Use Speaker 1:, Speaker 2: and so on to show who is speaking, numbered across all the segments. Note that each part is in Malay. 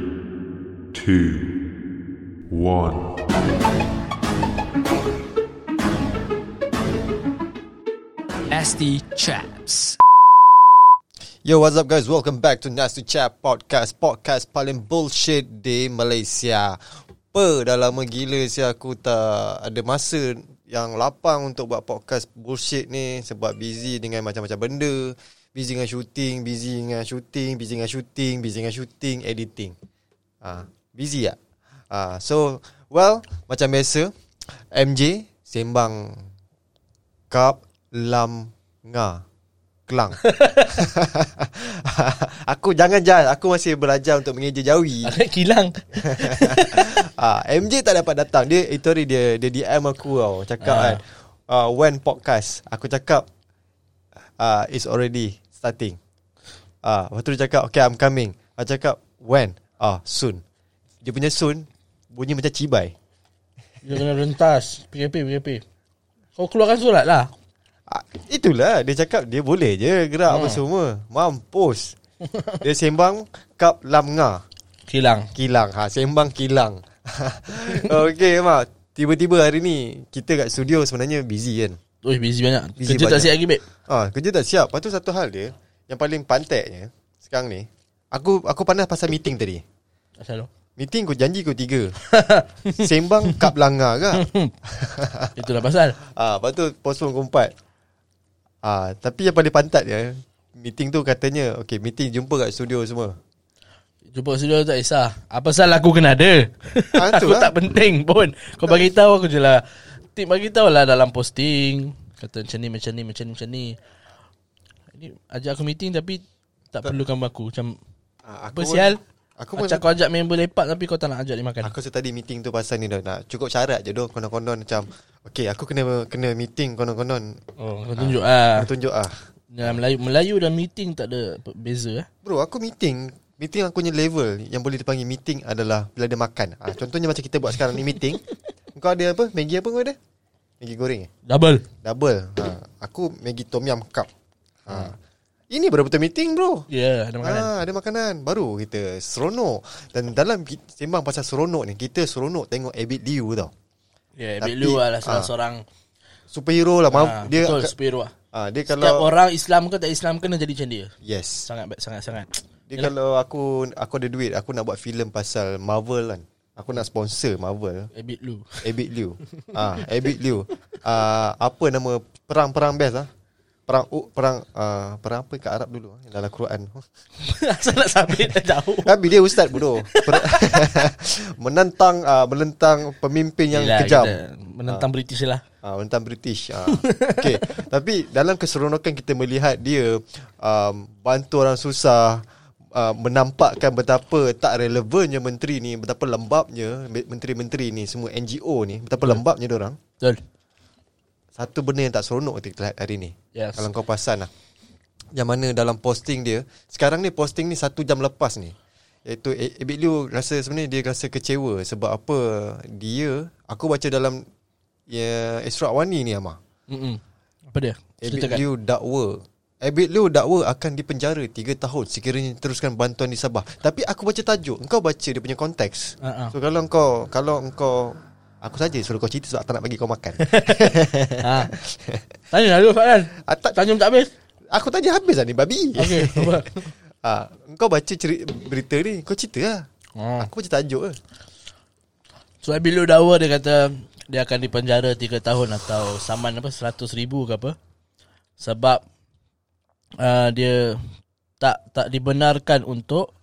Speaker 1: Three, two, one.
Speaker 2: nasty chaps.
Speaker 3: Yo, what's up guys? Welcome back to Nasty Chat Podcast Podcast paling bullshit di Malaysia Apa dah lama gila si aku tak ada masa yang lapang untuk buat podcast bullshit ni Sebab busy dengan macam-macam benda Busy dengan shooting, busy dengan shooting, busy dengan shooting, busy dengan shooting, editing Ah, Busy tak? Ah, so, well, macam biasa MJ sembang Kap Lam Nga Kelang Aku jangan jahat Aku masih belajar untuk mengeja jawi
Speaker 2: Kilang.
Speaker 3: ah, MJ tak dapat datang Dia itu hari dia Dia DM aku tau Cakap
Speaker 2: Ah.
Speaker 3: kan uh, When podcast Aku cakap uh, It's already starting Ah, uh, Lepas tu dia cakap Okay I'm coming Aku cakap When Ah, Soon Dia punya soon Bunyi macam cibai
Speaker 4: Dia kena rentas PKP PKP Kau keluarkan surat lah
Speaker 3: Ah, Itulah Dia cakap dia boleh je Gerak apa semua Mampus Dia sembang Kap Lam Ngah
Speaker 4: Kilang
Speaker 3: Kilang ha, Sembang kilang Okay Mak Tiba-tiba hari ni Kita kat studio sebenarnya busy kan
Speaker 4: Ui busy banyak
Speaker 3: Busy
Speaker 4: busy Kerja
Speaker 3: banyak.
Speaker 4: tak siap lagi babe
Speaker 3: ha, Kerja tak siap Lepas tu satu hal dia Yang paling panteknya Sekarang ni Aku aku panas pasal meeting tadi
Speaker 4: Asal tu
Speaker 3: Meeting kau janji kau tiga Sembang kap langgar kah
Speaker 4: Itulah pasal
Speaker 3: ha, Lepas tu postpone kau empat ha, Tapi yang paling pantat dia Meeting tu katanya Okay meeting jumpa kat studio semua
Speaker 4: Jumpa studio tak kisah Apa salah aku kena ada
Speaker 3: Ah, tu
Speaker 4: Aku
Speaker 3: lah.
Speaker 4: tak penting pun Kau bagi tahu aku je lah Tip bagi tahu lah dalam posting Kata macam ni macam ni macam ni macam ni Ini ajak aku meeting tapi Tak, perlukan aku Macam
Speaker 3: ha,
Speaker 4: Apa sial
Speaker 3: Aku pun
Speaker 4: Macam kau ajak member lepak tapi kau tak nak ajak dia makan
Speaker 3: Aku rasa tadi meeting tu pasal ni dah nak cukup syarat je doh konon-konon macam okay aku kena kena meeting konon-konon
Speaker 4: Oh kau tunjuk lah
Speaker 3: Kau tunjuk ah.
Speaker 4: Dalam Melayu Melayu dan meeting tak ada pe- beza eh.
Speaker 3: Bro aku meeting Meeting aku punya level Yang boleh dipanggil meeting adalah Bila ada makan ha, Contohnya macam kita buat sekarang ni meeting Kau ada apa? Maggi apa kau ada? Maggi goreng eh?
Speaker 4: Double
Speaker 3: Double ha, Aku Maggi Tom Yam Cup ha. Ini betul-betul meeting bro
Speaker 4: Ya, yeah, ada makanan.
Speaker 3: Ah, ada makanan Baru kita seronok Dan dalam ki- sembang pasal seronok ni Kita seronok tengok Abid Liu tau
Speaker 4: Ya, yeah,
Speaker 3: tapi-
Speaker 4: Big Lou lah
Speaker 3: ah.
Speaker 4: seorang-seorang.
Speaker 3: Superhero lah
Speaker 4: Ah,
Speaker 3: ha, dia,
Speaker 4: betul,
Speaker 3: ka-
Speaker 4: superhero lah.
Speaker 3: ah, dia
Speaker 4: Setiap
Speaker 3: kalau
Speaker 4: orang Islam ke tak Islam kena jadi macam dia.
Speaker 3: Yes
Speaker 4: Sangat sangat sangat.
Speaker 3: Dia kalau aku aku ada duit aku nak buat filem pasal Marvel kan. Aku nak sponsor Marvel.
Speaker 4: Eh, Big Lou.
Speaker 3: Abid Liu. Ah, Abid Liu. Ah, apa nama perang-perang best ah? Perang oh, perang ah, perang apa kat Arab dulu ah, dalam Quran.
Speaker 4: Asal nak sabit dah jauh.
Speaker 3: Tapi dia ustaz bodoh. Per- menentang ah, melentang pemimpin yang
Speaker 4: Yelah,
Speaker 3: kejam.
Speaker 4: kita Menentang British lah.
Speaker 3: Ah, menentang British. Ah. Okey. Tapi dalam keseronokan kita melihat dia um, bantu orang susah, uh, menampakkan betapa tak relevannya menteri ni, betapa lembabnya me- menteri-menteri ni, semua NGO ni, betapa lembabnya dia orang.
Speaker 4: Betul.
Speaker 3: Satu benda yang tak seronok kita lihat hari ni.
Speaker 4: Yes.
Speaker 3: Kalau kau perasan lah. Yang mana dalam posting dia, sekarang ni posting ni satu jam lepas ni. Iaitu A- Abid Liu rasa sebenarnya dia rasa kecewa sebab apa dia, aku baca dalam ya, Isra Awani ni Amar.
Speaker 4: Mm-mm. Apa dia?
Speaker 3: Abid
Speaker 4: Ceritakan.
Speaker 3: Liu dakwa Abid Liu dakwa akan dipenjara 3 tahun sekiranya teruskan bantuan di Sabah. Tapi aku baca tajuk, engkau baca dia punya konteks.
Speaker 4: Ha, ha.
Speaker 3: So kalau engkau kalau engkau aku saja suruh kau cerita sebab tak nak bagi kau makan.
Speaker 4: ha. Tanya lah dulu Fakran.
Speaker 3: ah, tak,
Speaker 4: Tanya pun tak habis.
Speaker 3: aku tanya habis lah ni babi.
Speaker 4: Okey, apa?
Speaker 3: ah, engkau baca ceri- berita ni, kau cerita lah.
Speaker 4: Oh.
Speaker 3: Aku baca tajuk lah.
Speaker 4: So Abid Lou dakwa dia kata dia akan dipenjara 3 tahun atau saman apa 100 ribu ke apa sebab uh, dia tak tak dibenarkan untuk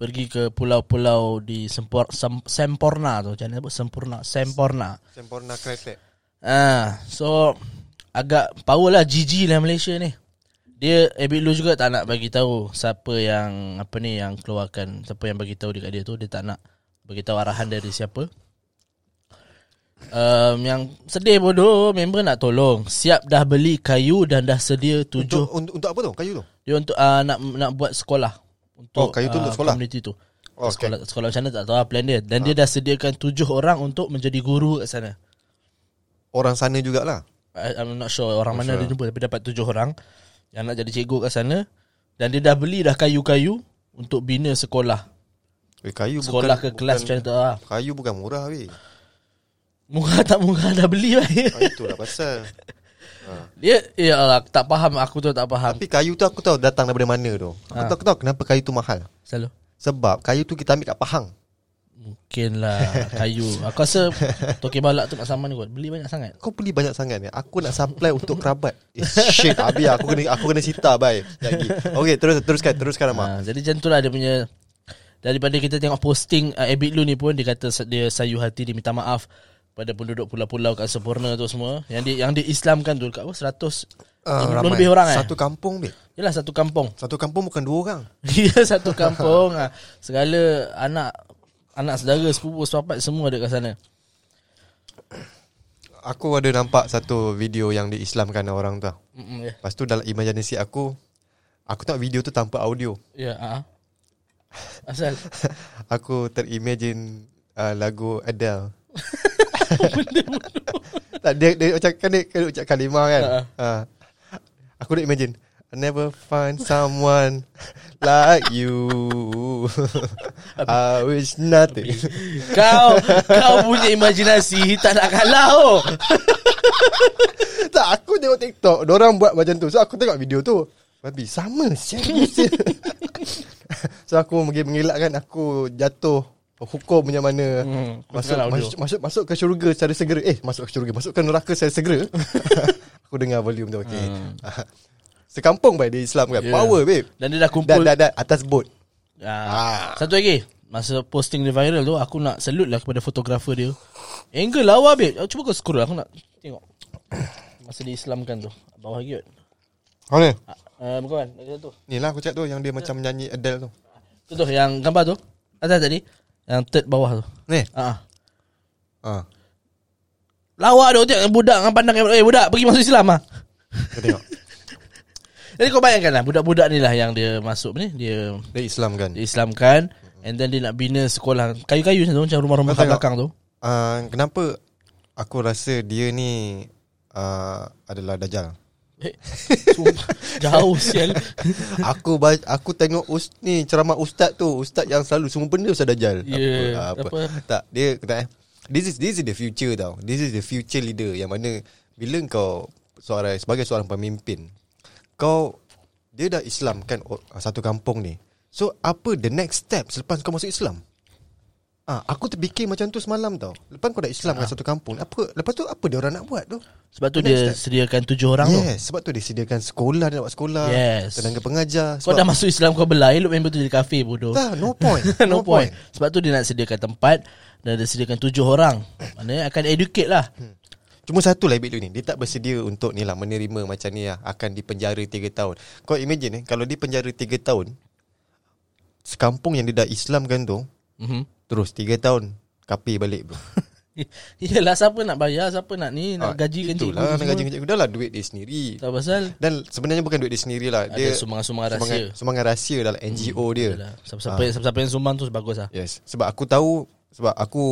Speaker 4: pergi ke pulau-pulau di Sempor, Sem, Semporna tu macam mana sebut Sempurna Semporna
Speaker 3: Sempurna kretek.
Speaker 4: ah so agak power lah GG lah Malaysia ni dia Abid Lou juga tak nak bagi tahu siapa yang apa ni yang keluarkan siapa yang bagi tahu dekat dia tu dia tak nak bagi tahu arahan dari siapa um, yang sedih bodoh member nak tolong siap dah beli kayu dan dah sedia
Speaker 3: Untuk,
Speaker 4: tujuh
Speaker 3: untuk, untuk apa tu? Kayu tu?
Speaker 4: dia untuk uh, nak nak buat sekolah untuk
Speaker 3: Oh, kayu tu untuk
Speaker 4: ah,
Speaker 3: sekolah?
Speaker 4: community tu
Speaker 3: Oh, okay. Ah.
Speaker 4: sekolah sekolah macam mana tak tahu lah plan dia dan dia dah sediakan tujuh orang untuk menjadi guru kat sana
Speaker 3: Orang sana jugalah.
Speaker 4: I, I'm not sure orang mana dia jumpa tapi dapat tujuh orang yang nak jadi cikgu kat sana dan dia dah beli dah kayu-kayu untuk bina sekolah
Speaker 3: Eh, kayu
Speaker 4: Sekolah ke
Speaker 3: bukan,
Speaker 4: kelas macam
Speaker 3: bukan,
Speaker 4: tu lah
Speaker 3: Kayu bukan murah weh
Speaker 4: Murah tak murah dah beli lah
Speaker 3: ah, Itulah pasal
Speaker 4: Dia ya Allah, aku tak faham Aku tu tak faham
Speaker 3: Tapi kayu tu aku tahu datang daripada mana tu Aku
Speaker 4: Ah.
Speaker 3: tahu, aku tahu kenapa kayu tu mahal
Speaker 4: Selalu
Speaker 3: Sebab kayu tu kita ambil kat Pahang
Speaker 4: Mungkin lah Kayu Aku rasa Toki balak tu nak saman kot Beli banyak sangat
Speaker 3: Kau beli banyak sangat ni Aku nak supply untuk kerabat eh, Shit Habis aku kena aku kena sita bye Sekejap lagi Okay terus, teruskan Teruskan Amak
Speaker 4: ha, Jadi macam tu lah dia punya Daripada kita tengok posting uh, Abid Lu ni pun Dia kata se- dia sayu hati Dia minta maaf Pada penduduk pulau-pulau Kat Sempurna tu semua Yang di, yang diislamkan tu Dekat apa 100
Speaker 3: Ah,
Speaker 4: uh,
Speaker 3: ramai.
Speaker 4: lebih orang eh
Speaker 3: Satu kampung ni
Speaker 4: Yelah satu kampung
Speaker 3: Satu kampung bukan dua orang
Speaker 4: Ya satu kampung ah. Segala anak Anak saudara Sepupu sepapat Semua ada kat sana
Speaker 3: Aku ada nampak satu video yang diislamkan orang tu Lepas
Speaker 4: Mm-mm, Ya
Speaker 3: tu dalam imajinasi aku Aku tengok video tu tanpa audio
Speaker 4: yeah. uh Asal
Speaker 3: Aku terimagine uh, lagu Adele
Speaker 4: Oh,
Speaker 3: tak, dia, dia macam kan dia, dia ucap kalimah kan
Speaker 4: Ha.
Speaker 3: uh. Aku dah imagine I never find someone like you I wish nothing
Speaker 4: Kau Kau punya imajinasi Tak nak kalah oh.
Speaker 3: Tak aku tengok TikTok Diorang buat macam tu So aku tengok video tu Babi sama Serius So aku mungkin mengelakkan Aku jatuh Hukum punya mana
Speaker 4: Hmm,
Speaker 3: hmm, masuk,
Speaker 4: kena audio.
Speaker 3: masuk, masuk, masuk ke syurga secara segera Eh masuk ke syurga Masuk ke neraka secara segera Aku dengar volume tu okay. hmm. Sekampung baik dia Islam kan
Speaker 4: Yeah.
Speaker 3: yeah. Power babe
Speaker 4: Dan dia dah
Speaker 3: Dan,
Speaker 4: kumpul
Speaker 3: dan, dan atas boat
Speaker 4: Ah. Satu lagi Masa posting dia viral tu Aku nak salute lah kepada fotografer dia Angle lawa babe Oh, Cuba kau scroll Aku nak tengok Masa diislamkan tu Bawah lagi kot
Speaker 3: Mana?
Speaker 4: uh, Bukan Lagi satu
Speaker 3: Ni lah aku cakap tu Yang dia macam menyanyi Adele tu
Speaker 4: Tu tu yang gambar tu Atas tadi Yang third bawah tu
Speaker 3: Ni
Speaker 4: Ah,
Speaker 3: ha.
Speaker 4: Lawa dia tengok budak dengan pandang kamera. Eh budak pergi masuk Islam ah.
Speaker 3: Kau tengok
Speaker 4: Jadi kau bayangkan lah Budak-budak ni lah yang dia masuk ni Dia
Speaker 3: Dia Islam kan
Speaker 4: dia Islamkan And then dia nak bina sekolah Kayu-kayu macam tu Macam rumah-rumah
Speaker 3: Kau
Speaker 4: kat
Speaker 3: tengok.
Speaker 4: belakang tu
Speaker 3: Uh, kenapa aku rasa dia ni uh, adalah dajal.
Speaker 4: Eh, sumpah. Jauh sial
Speaker 3: aku ba- aku tengok us ni ceramah ustaz tu, ustaz yang selalu semua benda ustaz dajal.
Speaker 4: Yeah, Ya,
Speaker 3: apa, apa.
Speaker 4: apa?
Speaker 3: Tak, dia kata eh. This is this is the future tau. This is the future leader yang mana bila kau seorang sebagai seorang pemimpin, kau dia dah Islam kan o- satu kampung ni. So apa the next step selepas kau masuk Islam? Ah, aku terfikir macam tu semalam tau. Lepas kau dah Islam
Speaker 4: Ah.
Speaker 3: kan satu kampung, apa lepas tu apa dia orang nak buat tu?
Speaker 4: Sebab tu
Speaker 3: The next
Speaker 4: dia
Speaker 3: step.
Speaker 4: sediakan tujuh orang tu
Speaker 3: Yes, sebab tu disediakan sekolah, dia nak buat sekolah,
Speaker 4: Yes.
Speaker 3: tenaga pengajar.
Speaker 4: Kau dah masuk Islam kau belai Elok member tu jadi kafir bodoh
Speaker 3: tak, no point.
Speaker 4: no, point. Sebab tu dia nak sediakan tempat Dan dia sediakan tujuh orang Maknanya akan educate lah
Speaker 3: Cuma satu lah Ibit Lu ni Dia tak bersedia untuk ni lah Menerima macam ni lah Akan dipenjara 3 tahun Kau imagine eh Kalau dia penjara 3 tahun Sekampung yang dia dah Islam kan tu
Speaker 4: mm-hmm.
Speaker 3: Terus 3 tahun Kapi balik bro
Speaker 4: Yelah siapa nak bayar Siapa nak ni Nak
Speaker 3: Ah,
Speaker 4: gaji gaji
Speaker 3: Itulah nak gaji Ya. gaji Dah lah duit dia sendiri
Speaker 4: Tak pasal
Speaker 3: Dan sebenarnya bukan duit dia sendiri lah
Speaker 4: Ada
Speaker 3: dia,
Speaker 4: sumbangan-sumbangan rahsia. Hmm,
Speaker 3: Sumbangan, sumbangan rahsia lah, dalam NGO dia
Speaker 4: Yelah,
Speaker 3: Ah.
Speaker 4: Siapa-siapa siapa-siapa yang sumbang tu bagus lah
Speaker 3: Yes Sebab aku tahu Sebab aku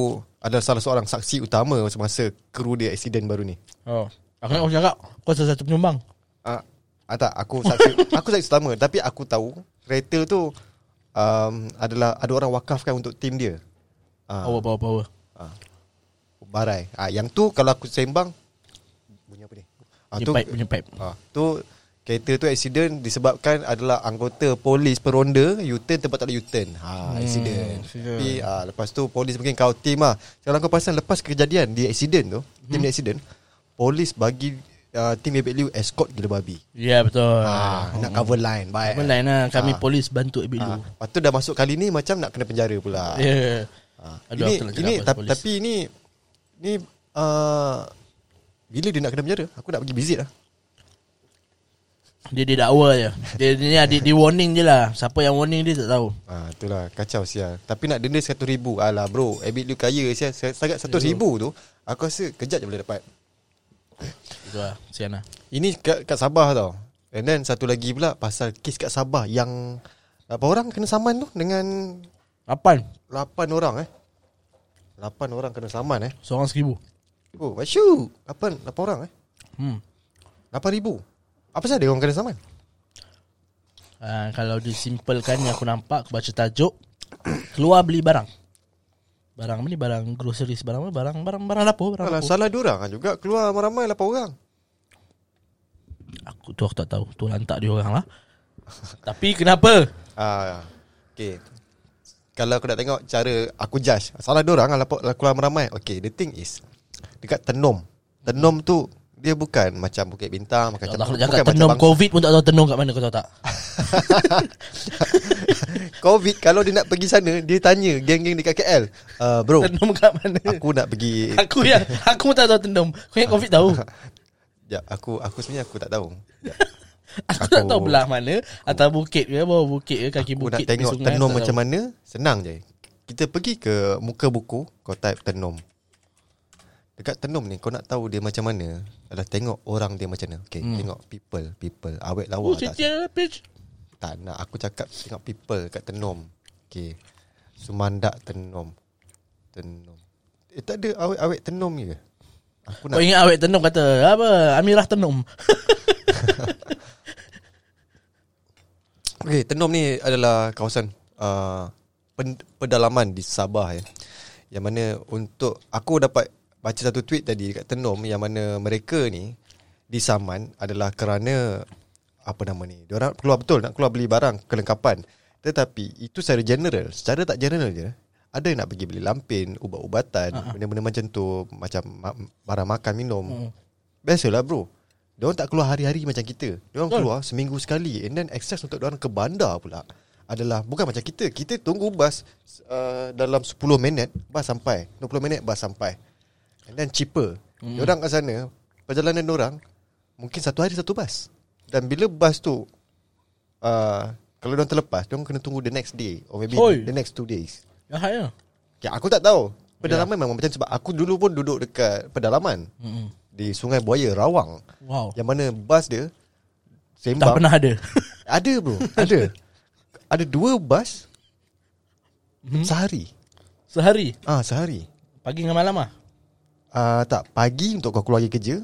Speaker 3: Adalah salah seorang saksi utama Semasa kru dia accident baru ni
Speaker 4: Oh. Aku nak cakap Kau salah satu penyumbang
Speaker 3: Ah, ah tak, aku saksi aku saksi utama tapi aku tahu kereta tu um, adalah ada orang wakafkan untuk tim dia. Ah,
Speaker 4: Power power power
Speaker 3: barai. Ah yang tu kalau aku sembang bunyi apa ni? Ah
Speaker 4: Punya
Speaker 3: tu
Speaker 4: pipe punya pipe
Speaker 3: ah tu kereta tu accident disebabkan adalah anggota polis peronda U-turn tempat tak ada U-turn. Ha, accident. Tapi ah, lepas tu polis mungkin kau tim ah. Kalau kau perasan lepas kejadian di accident tu, tim di accident, polis bagi ah, tim ABLU escort gila babi.
Speaker 4: Ya yeah, betul
Speaker 3: Ah, nak cover line. Baik.
Speaker 4: Apa lain lah Kami polis bantu Abid dulu
Speaker 3: Ah, lepas tu dah masuk kali ni macam nak kena penjara pula.
Speaker 4: Ya yeah.
Speaker 3: Ah,
Speaker 4: Aduh,
Speaker 3: ini
Speaker 4: aku nak cakap
Speaker 3: ini
Speaker 4: pasal
Speaker 3: ta-
Speaker 4: polis.
Speaker 3: tapi ini ni uh, bila dia nak kena penjara, aku nak pergi visit lah.
Speaker 4: Dia dia dakwa je Dia dia, dia, dia, dia warning je lah Siapa yang warning dia tak tahu
Speaker 3: Ah, itulah kacau sial. Tapi nak denda 100 ribu. Alah bro, habit lu kaya sial. Sangat 100 ribu tu, aku rasa kejap je boleh dapat.
Speaker 4: Itu lah Sian lah
Speaker 3: Ini kat, kat Sabah tau. And then satu lagi pula pasal kes kat Sabah yang apa orang kena saman tu dengan
Speaker 4: Lapan
Speaker 3: 8 orang eh. 8 orang kena saman eh.
Speaker 4: Seorang seribu
Speaker 3: Oh, masyu. 8 8 orang eh.
Speaker 4: hmm.
Speaker 3: Lapan ribu Apa sahaja dia orang kena saman?
Speaker 4: Ah, uh, Kalau disimpelkan yang aku nampak Aku baca tajuk keluar beli barang. Barang ni barang groceries, barang apa? Barang barang barang dapur, barang
Speaker 3: Alah,
Speaker 4: dapur.
Speaker 3: salah diorang kan juga Keluar ramai-ramai 8 orang
Speaker 4: Aku tu aku tak tahu. Tu lantak dia orang lah. Tapi kenapa?
Speaker 3: ah, Okay Kalau aku nak tengok Cara aku judge Salah diorang lah lapo- Keluar ramai-ramai Okay the thing is Dekat Tenom Tenom tu Dia bukan Macam Bukit Bintang Macam
Speaker 4: Allah nak
Speaker 3: bukan
Speaker 4: cakap
Speaker 3: macam
Speaker 4: tenung
Speaker 3: bang-
Speaker 4: COVID pun tak tahu tenung kat mana kau tahu tak?
Speaker 3: Covid Kalau dia nak pergi sana Dia tanya Geng-geng dekat KL uh, Bro
Speaker 4: Tenung kat mana?
Speaker 3: Aku nak pergi
Speaker 4: Aku yang aku pun tak tahu tenung. Kau yang COVID tahu.
Speaker 3: Sekejap, Ya, aku aku sebenarnya aku tak tahu.
Speaker 4: Aku tak
Speaker 3: Aku-
Speaker 4: tahu belah mana Atas bukit ke Bawah bukit ke Kaki
Speaker 3: Oh. Aku
Speaker 4: bukit
Speaker 3: nak tengok
Speaker 4: tepi sungai,
Speaker 3: tenom
Speaker 4: tak
Speaker 3: macam
Speaker 4: tahu.
Speaker 3: mana, senang je. Kita pergi ke muka buku, kau type tenom. Dekat tenom ni kau nak tahu dia macam mana, adalah tengok orang dia macam mana. Okay, hmm. tengok people, people. Awet lawa
Speaker 4: Oh
Speaker 3: tak.
Speaker 4: cincin ada page
Speaker 3: Tak nak aku cakap tengok people kat tenom. Okay. Sumandak tenom. Tenom. Eh tak ada awet-awet tenom je. Aku nak
Speaker 4: Kau Oh, ingat awet tenum kata Apa Amirah tenum
Speaker 3: Okay, Tenom ni adalah kawasan uh, pen, pedalaman di Sabah ya. Yang mana untuk aku dapat baca satu tweet tadi dekat Tenom yang mana mereka ni disaman adalah kerana apa nama ni. Diorang keluar betul nak keluar beli barang, kelengkapan. Tetapi itu secara general, secara tak general je. Ada yang nak pergi beli lampin, ubat-ubatan, uh-huh. benda-benda macam tu, macam ma- barang makan, minum. Uh-huh. Biasalah bro. Diorang tak keluar hari-hari macam kita. Diorang keluar seminggu sekali and then access untuk diorang ke bandar pula adalah bukan macam kita. Kita tunggu bas uh, dalam 10 minit bas sampai. 20 minit bas sampai. And then cheaper. Mm. Diorang kat sana perjalanan diorang mungkin satu hari satu bas. Dan bila bas tu uh, kalau diorang terlepas, diorang kena tunggu the next day or maybe
Speaker 4: Oi.
Speaker 3: the next two days.
Speaker 4: Jahat ya
Speaker 3: Ya, aku tak tahu. Pedalaman yeah. memang macam sebab aku dulu pun duduk dekat pedalaman. Mm-hmm. Di Sungai Buaya, Rawang.
Speaker 4: Wow
Speaker 3: Oh. Yang mana bas dia
Speaker 4: Tak
Speaker 3: Sembang
Speaker 4: pernah ada
Speaker 3: Ada bro Ada Ada dua bas hmm? Sehari
Speaker 4: Sehari
Speaker 3: Ah sehari
Speaker 4: Pagi dengan malam lah
Speaker 3: ah, Tak pagi untuk kau keluar pergi kerja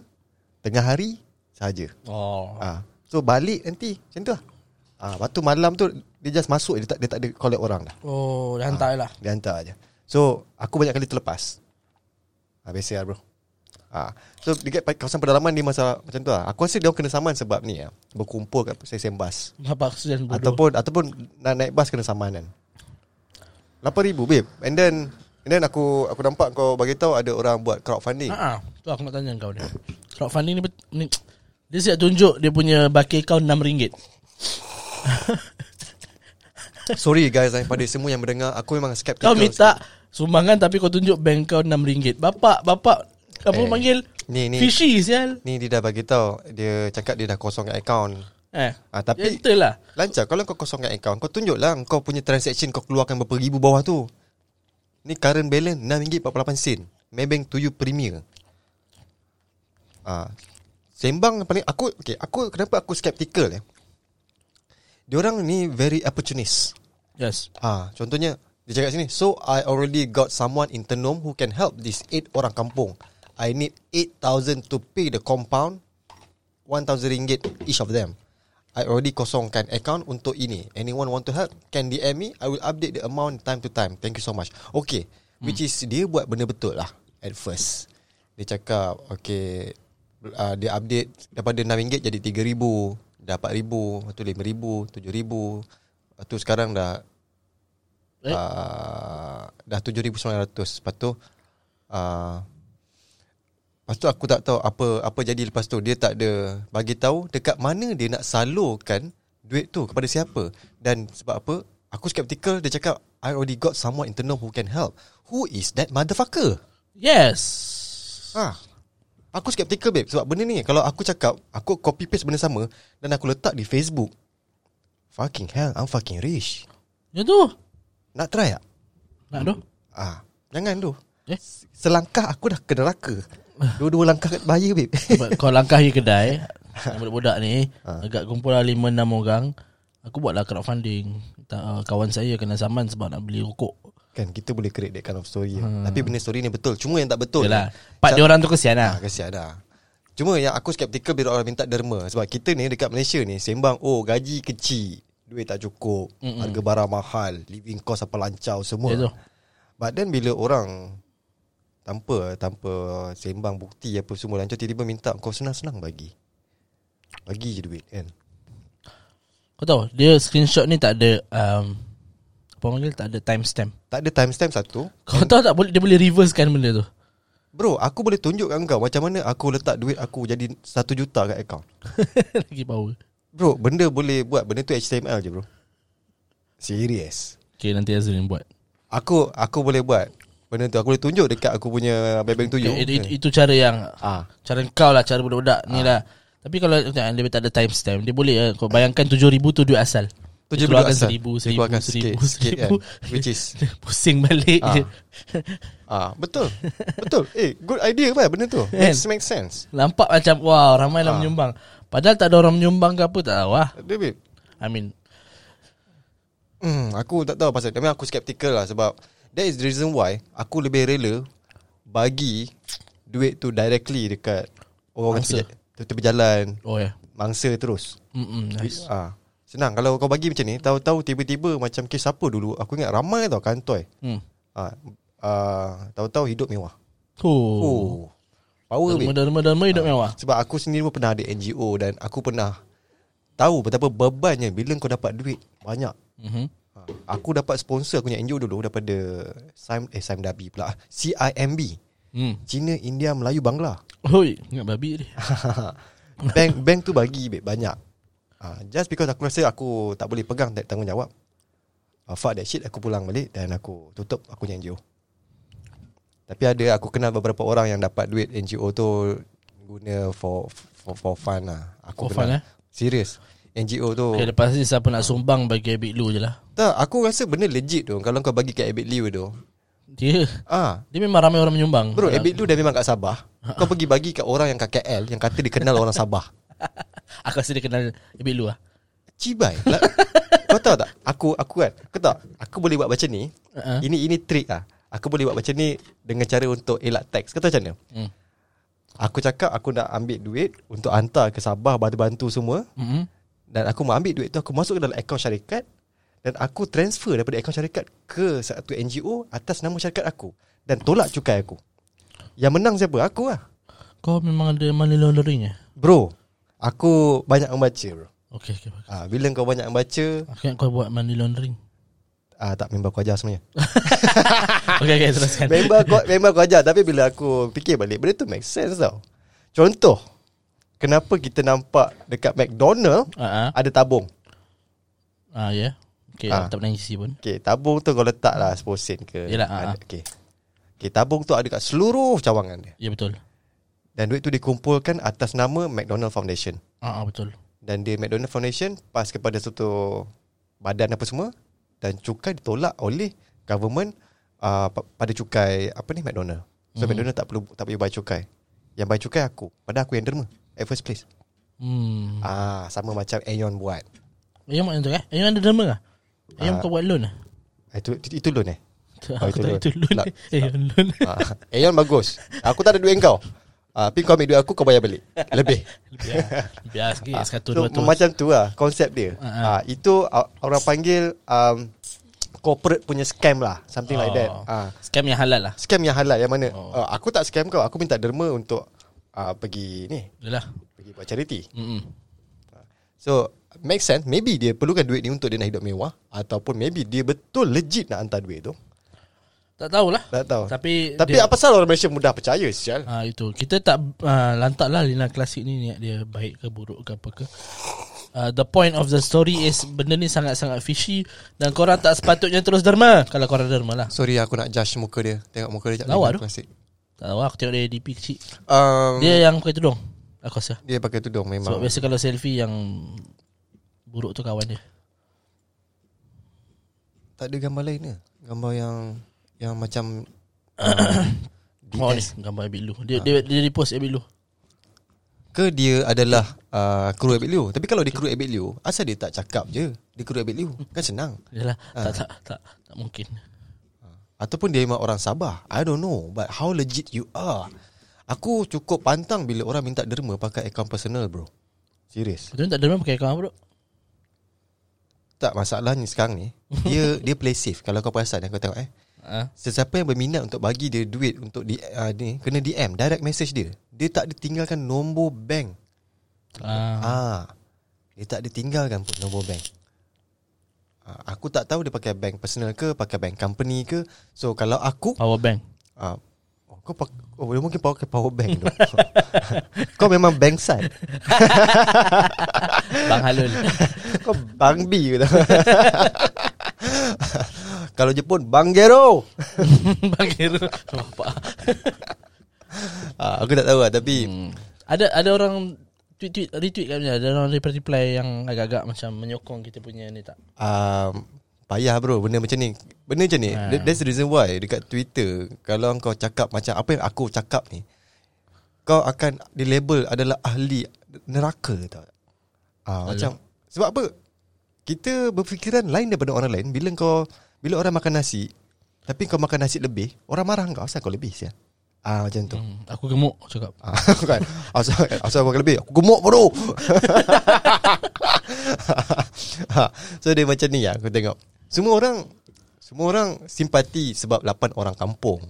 Speaker 3: Tengah hari saja.
Speaker 4: Oh
Speaker 3: ah. So balik nanti Macam tu lah ah, Lepas tu malam tu Dia just masuk Dia tak, dia tak ada collect orang dah
Speaker 4: Oh Dah hantar lah
Speaker 3: Dia hantar je So aku banyak kali terlepas ha, Biasa lah bro ha. So dekat pa- kawasan pedalaman Dia masalah macam tu lah Aku rasa dia orang kena saman sebab ni lah Berkumpul kat sesen bas
Speaker 4: Apa kesian bodoh
Speaker 3: Ataupun ataupun nak naik bas kena samanan. 8000 babe. And then and then aku aku nampak kau bagi tahu ada orang buat crowdfunding.
Speaker 4: Ha Tu aku nak tanya kau ni Crowdfunding ni, bet- ni Dia siap tunjuk Dia punya bakir kau RM6
Speaker 3: Sorry guys eh, pada semua yang mendengar aku memang skeptical.
Speaker 4: Kau Oh, minta Sumbangan tapi kau tunjuk Bank kau RM6 Bapak Bapak Apa
Speaker 3: Eh,
Speaker 4: panggil
Speaker 3: ni, ni.
Speaker 4: Fishy sial
Speaker 3: Ni dia dah bagi tahu dia cakap dia dah kosongkan account.
Speaker 4: Eh
Speaker 3: Ah tapi
Speaker 4: Gentle lah
Speaker 3: lancar kalau kau kosongkan account kau tunjuklah kau punya transaction kau keluarkan berapa ribu bawah tu. Ni current balance RM6.48 Maybank to you premier ah, Sembang yang paling Aku okay, aku Kenapa aku skeptical eh Diorang ni very opportunist
Speaker 4: Yes
Speaker 3: ah, Contohnya Dia cakap sini So I already got someone in Tenom Who can help this 8 orang kampung I need 8,000 to pay the compound 1,000 ringgit each of them I already kosongkan account untuk ini Anyone want to help Can DM me I will update the amount time to time Thank you so much Okay Which is Dia buat benda betul lah At first Dia cakap Okay uh, Dia update Daripada RM6 jadi RM3,000 Dah RM4,000 Lepas tu RM5,000 RM7,000 Lepas tu sekarang dah
Speaker 4: Eh?
Speaker 3: uh, Dah RM7,900 Lepas tu uh, Lepas tu aku tak tahu apa apa jadi lepas tu dia tak ada bagi tahu dekat mana dia nak salurkan duit tu kepada siapa dan sebab apa aku skeptical dia cakap I already got someone in Tenom who can help who is that motherfucker
Speaker 4: Yes
Speaker 3: ha aku skeptical babe sebab benda ni kalau aku cakap aku copy paste benda sama dan aku letak di Facebook fucking hell I'm fucking rich
Speaker 4: Ya tu
Speaker 3: nak try tak
Speaker 4: Nak tu
Speaker 3: ah jangan tu
Speaker 4: Eh?
Speaker 3: selangkah aku dah ke neraka dua-dua langkah kat bahaya babe
Speaker 4: Sebab kau langkahi kedai yang Budak-budak ni
Speaker 3: Ah.
Speaker 4: Agak kumpul lah 5-6 orang Aku buatlah crowdfunding Ta- uh, Kawan saya kena saman sebab nak beli rokok
Speaker 3: Kan kita boleh create that kind of story hmm. Tapi benda story ni betul Cuma yang tak betul
Speaker 4: Yelah
Speaker 3: ni,
Speaker 4: Part
Speaker 3: macam-
Speaker 4: dia orang tu kesian
Speaker 3: Ah,
Speaker 4: lah
Speaker 3: kasihan dah Cuma yang aku skeptical bila orang minta derma Sebab kita ni dekat Malaysia ni Sembang oh gaji kecil duit tak cukup, Mm-mm. harga barang mahal, living cost apa lancar Ah, semua.
Speaker 4: Ya tu.
Speaker 3: But then bila orang tanpa tanpa sembang bukti apa semua lancar tiba-tiba minta kau senang-senang bagi. Bagi je duit kan.
Speaker 4: Kau tahu Dia screenshot ni tak ada um, Apa panggil Tak ada timestamp
Speaker 3: Tak ada timestamp satu.
Speaker 4: Kau tahu tak boleh Dia boleh reversekan benda tu
Speaker 3: Bro, aku boleh tunjuk kat kau macam mana aku letak duit aku jadi 1 juta kat account.
Speaker 4: Lagi power
Speaker 3: Bro, benda boleh buat benda tu HTML je, bro. Serious.
Speaker 4: Okay nanti Azrin buat
Speaker 3: Aku aku boleh buat benda tu. Aku boleh tunjuk dekat aku punya bank tu you.
Speaker 4: okay, itu, itu, itu cara yang
Speaker 3: Ah.
Speaker 4: Cara kau lah Cara budak-budak ni lah Tapi kalau macam Dia tak ada timestamp Dia boleh eh, Kau bayangkan 7,000 tu duit asal Dia
Speaker 3: Tujuh
Speaker 4: keluarkan
Speaker 3: ribu asal.
Speaker 4: seribu,
Speaker 3: Dia
Speaker 4: seribu,
Speaker 3: keluarkan
Speaker 4: seribu,
Speaker 3: sikit, sikit
Speaker 4: seribu.
Speaker 3: kan. Which is-
Speaker 4: Pusing balik
Speaker 3: Ah.
Speaker 4: je
Speaker 3: Ah, betul. betul. Eh, good idea kan benda tu. Makes make sense.
Speaker 4: Nampak macam Wow ramai
Speaker 3: Ah.
Speaker 4: lah menyumbang Padahal tak ada orang menyumbang ke apa Tak tahu lah
Speaker 3: David.
Speaker 4: I mean
Speaker 3: Hmm, aku tak tahu pasal. I mean, aku skeptical lah sebab that is the reason why aku lebih rela bagi duit tu directly dekat orang
Speaker 4: Mangsa.
Speaker 3: tepi, ja- tepi jalan,
Speaker 4: Oh ya yeah.
Speaker 3: mangsa terus.
Speaker 4: Mm-mm, nice.
Speaker 3: Ah, senang kalau kau bagi macam ni, tahu-tahu tiba-tiba macam kes apa dulu, aku ingat ramai tau kantoi.
Speaker 4: Hmm.
Speaker 3: Ah, ah, tahu-tahu hidup mewah.
Speaker 4: Oh.
Speaker 3: Oh. Ah. Power weh.
Speaker 4: Derma-derma hidup mewah.
Speaker 3: Sebab aku sendiri pun pernah ada NGO dan aku pernah tahu betapa bebannya bila kau dapat duit banyak.
Speaker 4: Mhm.
Speaker 3: Ha, Aku dapat sponsor aku punya NGO dulu daripada Sim eh Sim Dabi pula. CIMB.
Speaker 4: Hmm.
Speaker 3: Cina, India, Melayu, Bangla.
Speaker 4: Hoi, ingat babi ni.
Speaker 3: bank bank tu bagi babe, banyak. Ah, just because aku rasa aku tak boleh pegang tak tanggungjawab. Ah, fuck that shit aku pulang balik dan aku tutup aku punya NGO. Tapi ada aku kenal beberapa orang yang dapat duit NGO tu guna for for, for fun lah. Aku Oh.
Speaker 4: For fun, eh?
Speaker 3: Serius. NGO tu.
Speaker 4: Okay, lepas ni siapa nak sumbang bagi Abid Lu je lah.
Speaker 3: Tak, aku rasa benda legit tu kalau kau bagi kat Abid Liu tu.
Speaker 4: Dia
Speaker 3: Ah,
Speaker 4: dia memang ramai orang menyumbang.
Speaker 3: Bro, habit tu dah memang kat Sabah. Kau pergi bagi kat orang yang kat KL yang kata dikenal orang Sabah.
Speaker 4: Aku rasa dia kenal Abid Lu lah.
Speaker 3: Cibai. La- kau tahu tak? Aku aku kan. Kau tahu, aku boleh buat macam ni.
Speaker 4: Uh-huh.
Speaker 3: Ini ini trick ah. Aku boleh buat macam ni dengan cara untuk elak tax. Kau tahu macam mana?
Speaker 4: Hmm.
Speaker 3: Aku cakap aku nak ambil duit untuk hantar ke Sabah bantu-bantu semua
Speaker 4: Mm-hmm.
Speaker 3: dan aku mau ambil duit tu aku masuk ke dalam akaun syarikat dan aku transfer daripada akaun syarikat ke satu NGO atas nama syarikat aku dan tolak cukai aku. Yang menang siapa? Aku lah.
Speaker 4: Kau memang ada money laundering ya?
Speaker 3: Bro, aku banyak membaca bro.
Speaker 4: Okay, okay. bagus.
Speaker 3: Ah, bila kau banyak membaca,
Speaker 4: Aku ingat kau buat money laundering.
Speaker 3: ah, tak member kau ajar sebenarnya. Ha.
Speaker 4: okay, okay, teruskan.
Speaker 3: member kau member kau ajar tapi bila aku fikir balik, benda tu make sense tau. Contoh, kenapa kita nampak dekat McDonald
Speaker 4: Ah, ah.
Speaker 3: ada tabung.
Speaker 4: Ah, ya. Yeah. Okay,
Speaker 3: Ah.
Speaker 4: tak pernah isi pun.
Speaker 3: Okey, tabung tu kau letak lah 10 sen ke.
Speaker 4: Yelah, ah, ah.
Speaker 3: Okey. Okey, tabung tu ada kat seluruh cawangan dia.
Speaker 4: Ya, betul.
Speaker 3: Dan duit tu dikumpulkan atas nama McDonald Foundation.
Speaker 4: Ah, ah, betul.
Speaker 3: Dan dia McDonald Foundation Pas kepada satu Badan apa semua Dan cukai ditolak oleh Government uh, pa- Pada cukai Apa ni McDonald
Speaker 4: Hmm.
Speaker 3: So mm-hmm. McDonald tak perlu Tak boleh bayar cukai Yang bayar cukai aku Padahal aku yang derma At first place
Speaker 4: Hmm.
Speaker 3: Ah, Sama macam Aeon buat
Speaker 4: Ayam mana tu eh? Ayam ada derma kah? Ayam
Speaker 3: Ah.
Speaker 4: kau buat loan ah?
Speaker 3: Itu, itu, itu loan eh Oh,
Speaker 4: Aku
Speaker 3: itu
Speaker 4: tak
Speaker 3: loan.
Speaker 4: itu loan.
Speaker 3: Lap-
Speaker 4: Ayam loan.
Speaker 3: ah, Aeon bagus Aku tak ada duit kau ah, Tapi kau ambil duit aku Kau bayar balik Lebih Ah,
Speaker 4: Biar, biar sikit Satu
Speaker 3: so,
Speaker 4: dua tu
Speaker 3: Macam tu lah Konsep dia
Speaker 4: Ah,
Speaker 3: uh-huh. Itu uh, Orang panggil um, Corporate punya scam lah Something oh. like that uh,
Speaker 4: Scam yang halal lah
Speaker 3: Scam yang halal Yang mana oh. uh, Aku tak scam kau Aku minta derma untuk uh, Pergi ni
Speaker 4: Yalah
Speaker 3: Pergi buat charity Ah,
Speaker 4: Mm-mm.
Speaker 3: So Make sense Maybe dia perlukan duit ni Untuk dia nak hidup mewah Ataupun maybe Dia betul legit nak hantar duit tu
Speaker 4: Tak tahulah
Speaker 3: Tak tahu
Speaker 4: Tapi
Speaker 3: Tapi
Speaker 4: dia,
Speaker 3: apa salah orang Malaysia mudah percaya sial
Speaker 4: Ah itu kita tak ah, lantak lah Lina klasik ni niat dia baik ke buruk ke apa ke. Ah, the point of the story is benda ni sangat-sangat fishy dan korang tak sepatutnya terus derma kalau korang derma lah.
Speaker 3: Sorry aku nak judge muka dia Tengok muka dia
Speaker 4: Lawa tu.
Speaker 3: Klasik
Speaker 4: Tak tahu lah, aku tengok dia DP kecil.
Speaker 3: um, dia,
Speaker 4: Dia yang pakai tudung. Aku rasa.
Speaker 3: dia pakai tudung memang
Speaker 4: Sebab biasa kalau selfie yang buruk tu kawan dia.
Speaker 3: Tak ada gambar lain ke? Gambar yang yang macam uh,
Speaker 4: Oh ni gambar Abid Lu. Dia, dia, dia repost Abid Lu.
Speaker 3: ke dia adalah uh, kru Abid Liu. Tapi kalau dia kru Abid Liu, asal dia tak cakap je dia kru Abid Liu? Kan senang.
Speaker 4: Yalah, tak, lah, tak, tak, tak mungkin.
Speaker 3: Ataupun dia memang orang Sabah. I don't know but how legit you are. Aku cukup pantang bila orang minta derma pakai akaun personal bro. Serius.
Speaker 4: Betul tak derma pakai kawan bro?
Speaker 3: Tak masalahnya sekarang ni Dia dia play safe Kalau kau perasan yang kau tengok eh
Speaker 4: Ha?
Speaker 3: Sesiapa yang berminat untuk bagi dia duit Untuk di, uh, ni Kena DM Direct message dia Dia tak ada tinggalkan nombor bank
Speaker 4: Ah.
Speaker 3: Ah, Dia tak ada tinggalkan pun nombor bank ah, Aku tak tahu dia pakai bank personal ke Pakai bank company ke So kalau aku
Speaker 4: Power bank.
Speaker 3: ah, oh, Kau pak, oh, dia mungkin pakai power bank tu Kau memang bank side
Speaker 4: Bang Halul.
Speaker 3: Kau Bang B ke tak? Kalau Jepun Bang Gero
Speaker 4: bang Hero. Bapak.
Speaker 3: ah, Aku tak tahu lah Tapi hmm.
Speaker 4: Ada ada orang tweet-tweet retweet kan ada orang reply-reply yang agak-agak macam menyokong kita punya ni tak.
Speaker 3: um, Payah bro Benda macam ni Benda macam ni ha. That's the reason why Dekat Twitter Kalau kau cakap Macam apa yang aku cakap ni Kau akan Dilabel adalah ahli Neraka tau ah, Macam Sebab apa Kita berfikiran lain daripada orang lain Bila kau Bila orang makan nasi Tapi kau makan nasi lebih Orang marah kau Asal kau lebih siap Ah macam tu
Speaker 4: Hmm, aku gemuk aku cakap.
Speaker 3: Ah, kan. Asal asal makan lebih. Aku gemuk bro. Ha, so dia macam ni lah aku tengok. Semua orang semua orang simpati sebab lapan orang kampung.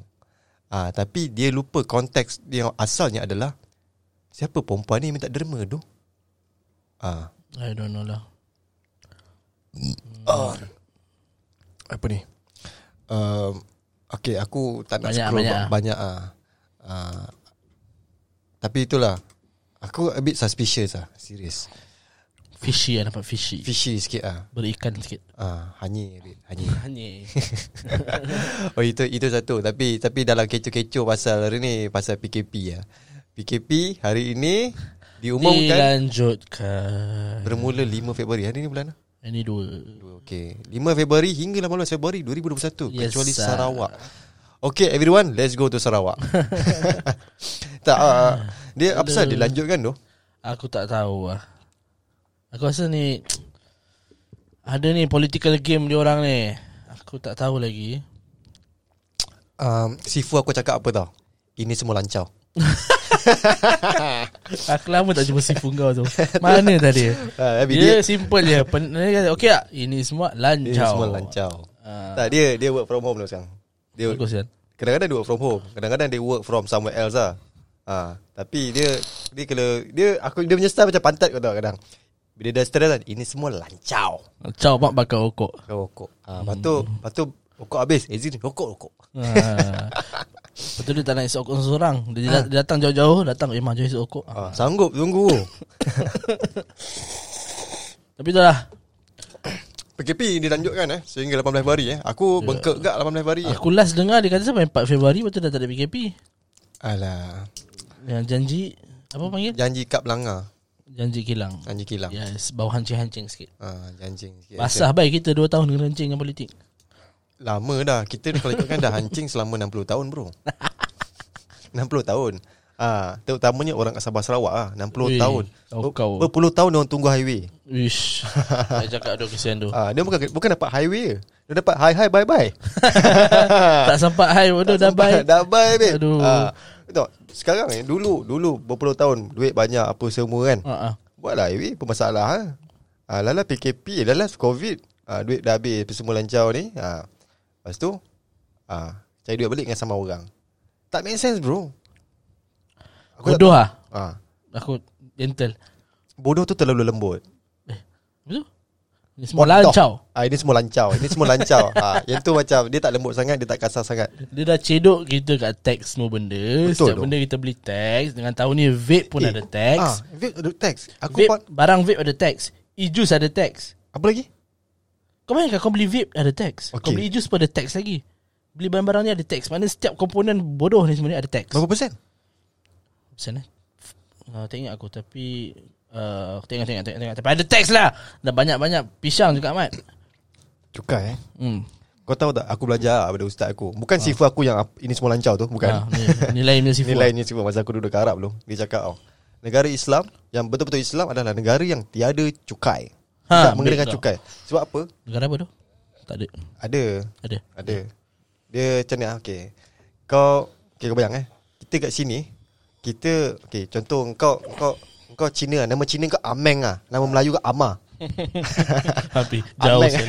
Speaker 3: Ah tapi dia lupa konteks dia asalnya adalah siapa perempuan ni minta derma tu? Ah.
Speaker 4: I don't know lah.
Speaker 3: Apa ni? Um, okay aku tak nak
Speaker 4: Banyak,
Speaker 3: banyak, scroll
Speaker 4: banyak.
Speaker 3: banyak, banyak ah. Uh, tapi itulah. Aku a bit suspicious ah, serious.
Speaker 4: Fishy lah nampak fishy.
Speaker 3: Fishy sikit ah.
Speaker 4: Berikan sikit.
Speaker 3: Ah, hanyi Rit, hanyi.
Speaker 4: Hanya.
Speaker 3: Oh itu itu satu tapi tapi dalam kecoh-kecoh pasal hari ni pasal PKP ya. PKP hari ini
Speaker 4: kan?
Speaker 3: diumumkan
Speaker 4: Dilanjutkan.
Speaker 3: bermula 5 Februari. Hari ni bulan apa?
Speaker 4: Ini dua.
Speaker 3: Okey. 5 Februari hingga 18 Februari 2021
Speaker 4: Yes,
Speaker 3: kecuali
Speaker 4: sir.
Speaker 3: Sarawak. Okay everyone, let's go to Sarawak. tak uh, dia apa pasal dia lanjutkan tu?
Speaker 4: Aku tak tahu lah. Aku rasa ni ada ni political game dia orang ni. Aku tak tahu lagi.
Speaker 3: Um, Sifu aku cakap apa tau? Ini semua lancau.
Speaker 4: Aku lama tak jumpa sifu kau tu. Mana tadi?
Speaker 3: Ah, habis
Speaker 4: Dia simple je. Pen- dia kata, okay tak? Ini semua
Speaker 3: dia
Speaker 4: lancar.
Speaker 3: semua lancau.
Speaker 4: Ah.
Speaker 3: Tak dia dia work from home lah sekarang. Dia
Speaker 4: Bagus kan?
Speaker 3: Kadang-kadang dia work from home Kadang-kadang dia work from somewhere else lah ha, Tapi dia Dia kena Dia aku dia punya style macam pantat kau tahu kadang Bila dah stress kan Ini semua lancau
Speaker 4: Ciao mak bakar rokok.
Speaker 3: Kau rokok ha, Lepas tu Lepas tu Rokok habis Ezin rokok rokok
Speaker 4: Ah. Lepas tu dia tak nak esok rokok seorang. Dia, dat- dia datang jauh-jauh, datang eh mah jom esok rokok.
Speaker 3: ha, Sanggup tunggu
Speaker 4: Tapi tu lah.
Speaker 3: PKP dilanjutkan eh Sehingga 18 Februari eh Aku bengkak gak 18 Februari eh.
Speaker 4: Aku last dengar dia kata sampai 4 Februari betul dah tak ada PKP.
Speaker 3: Alah
Speaker 4: Yang janji apa panggil?
Speaker 3: Janji kap langa
Speaker 4: Janji kilang. Ya,
Speaker 3: Janji kilang yeah.
Speaker 4: Yes, bau hancing-hancing sikit.
Speaker 3: ha, Janji sikit.
Speaker 4: Basah baik kita 2 tahun dengan hancing dengan politik.
Speaker 3: Lama dah Kita ni kalau ikutkan dah hancing selama 60 tahun bro 60 tahun Ah, terutamanya orang kat Sabah Sarawak ah, 60
Speaker 4: Ui,
Speaker 3: tahun.
Speaker 4: kau- kau.
Speaker 3: Ber- Berpuluh tahun dia orang tunggu highway.
Speaker 4: Wish. Saya cakap aduh kesian tu.
Speaker 3: Ah, dia bukan bukan dapat highway. je. Dia dapat hi hi bye bye.
Speaker 4: tak sampai hai bodoh dah bye.
Speaker 3: dah bye babe.
Speaker 4: Aduh.
Speaker 3: Ah, tengok, sekarang ni dulu dulu berpuluh tahun duit banyak apa semua kan.
Speaker 4: Ha ah.
Speaker 3: Buatlah highway pemasalah ha. Ah, lala PKP, lala COVID. Ah, duit dah habis apa semua lancar ni. Ah. Lepas tu ah, cari duit balik dengan sama orang. Tak make sense bro. Aku tak-
Speaker 4: Bodoh ah.
Speaker 3: Ah.
Speaker 4: Aku gentle.
Speaker 3: Bodoh tu terlalu lembut.
Speaker 4: Betul? Ni semua
Speaker 3: Bodoh.
Speaker 4: lancau.
Speaker 3: Ah, ini semua lancau. Ini semua lancau. ha, yang tu macam dia tak lembut sangat, dia tak kasar sangat.
Speaker 4: Dia dah cedok kita kat tax semua benda. Betul Setiap
Speaker 3: tu.
Speaker 4: benda kita beli tax. Dengan tahun ni vape pun eh, ada tax.
Speaker 3: Ah, vape ada tax. Aku
Speaker 4: vape,
Speaker 3: pun
Speaker 4: barang vape ada tax. E-juice ada tax.
Speaker 3: apa lagi?
Speaker 4: Kau bayangkan kau beli vape ada tax. Okay. Kau
Speaker 3: Okey.
Speaker 4: beli e-juice pun ada tax lagi. Beli barang-barang ni ada tax. Mana setiap komponen bodoh ni sebenarnya ada tax.
Speaker 3: Berapa persen?
Speaker 4: Macam mana? Uh, tak ingat aku tapi uh, aku tengok, tengok, tengok, tengok. Tapi ada tax lah. Dah banyak-banyak pisang juga, Mat.
Speaker 3: Cukai eh.
Speaker 4: Hmm.
Speaker 3: Kau tahu tak aku belajar daripada ustaz aku. Bukan ha. sifu aku yang ap- ini semua lancau tu, bukan.
Speaker 4: Ha, ni, nilai punya
Speaker 3: Ini
Speaker 4: sifat.
Speaker 3: lainnya sifu masa aku duduk kat Arab dulu. Dia cakap tau. Negara Islam yang betul-betul Islam adalah negara yang tiada cukai.
Speaker 4: Ha,
Speaker 3: Ha, tak mengenakan
Speaker 4: betul.
Speaker 3: cukai. Sebab apa?
Speaker 4: Negara apa tu? Tak ada.
Speaker 3: Ada
Speaker 4: Ada.
Speaker 3: Ada Dia macam ni ah, Okay Kau Okay kau bayang eh Kita kat sini Kita Okay contoh kau Kau kau Cina lah. ah. Nama Cina kau Ameng lah Nama Melayu kau Ama
Speaker 4: Tapi jauh
Speaker 3: Ameng.
Speaker 4: sekali.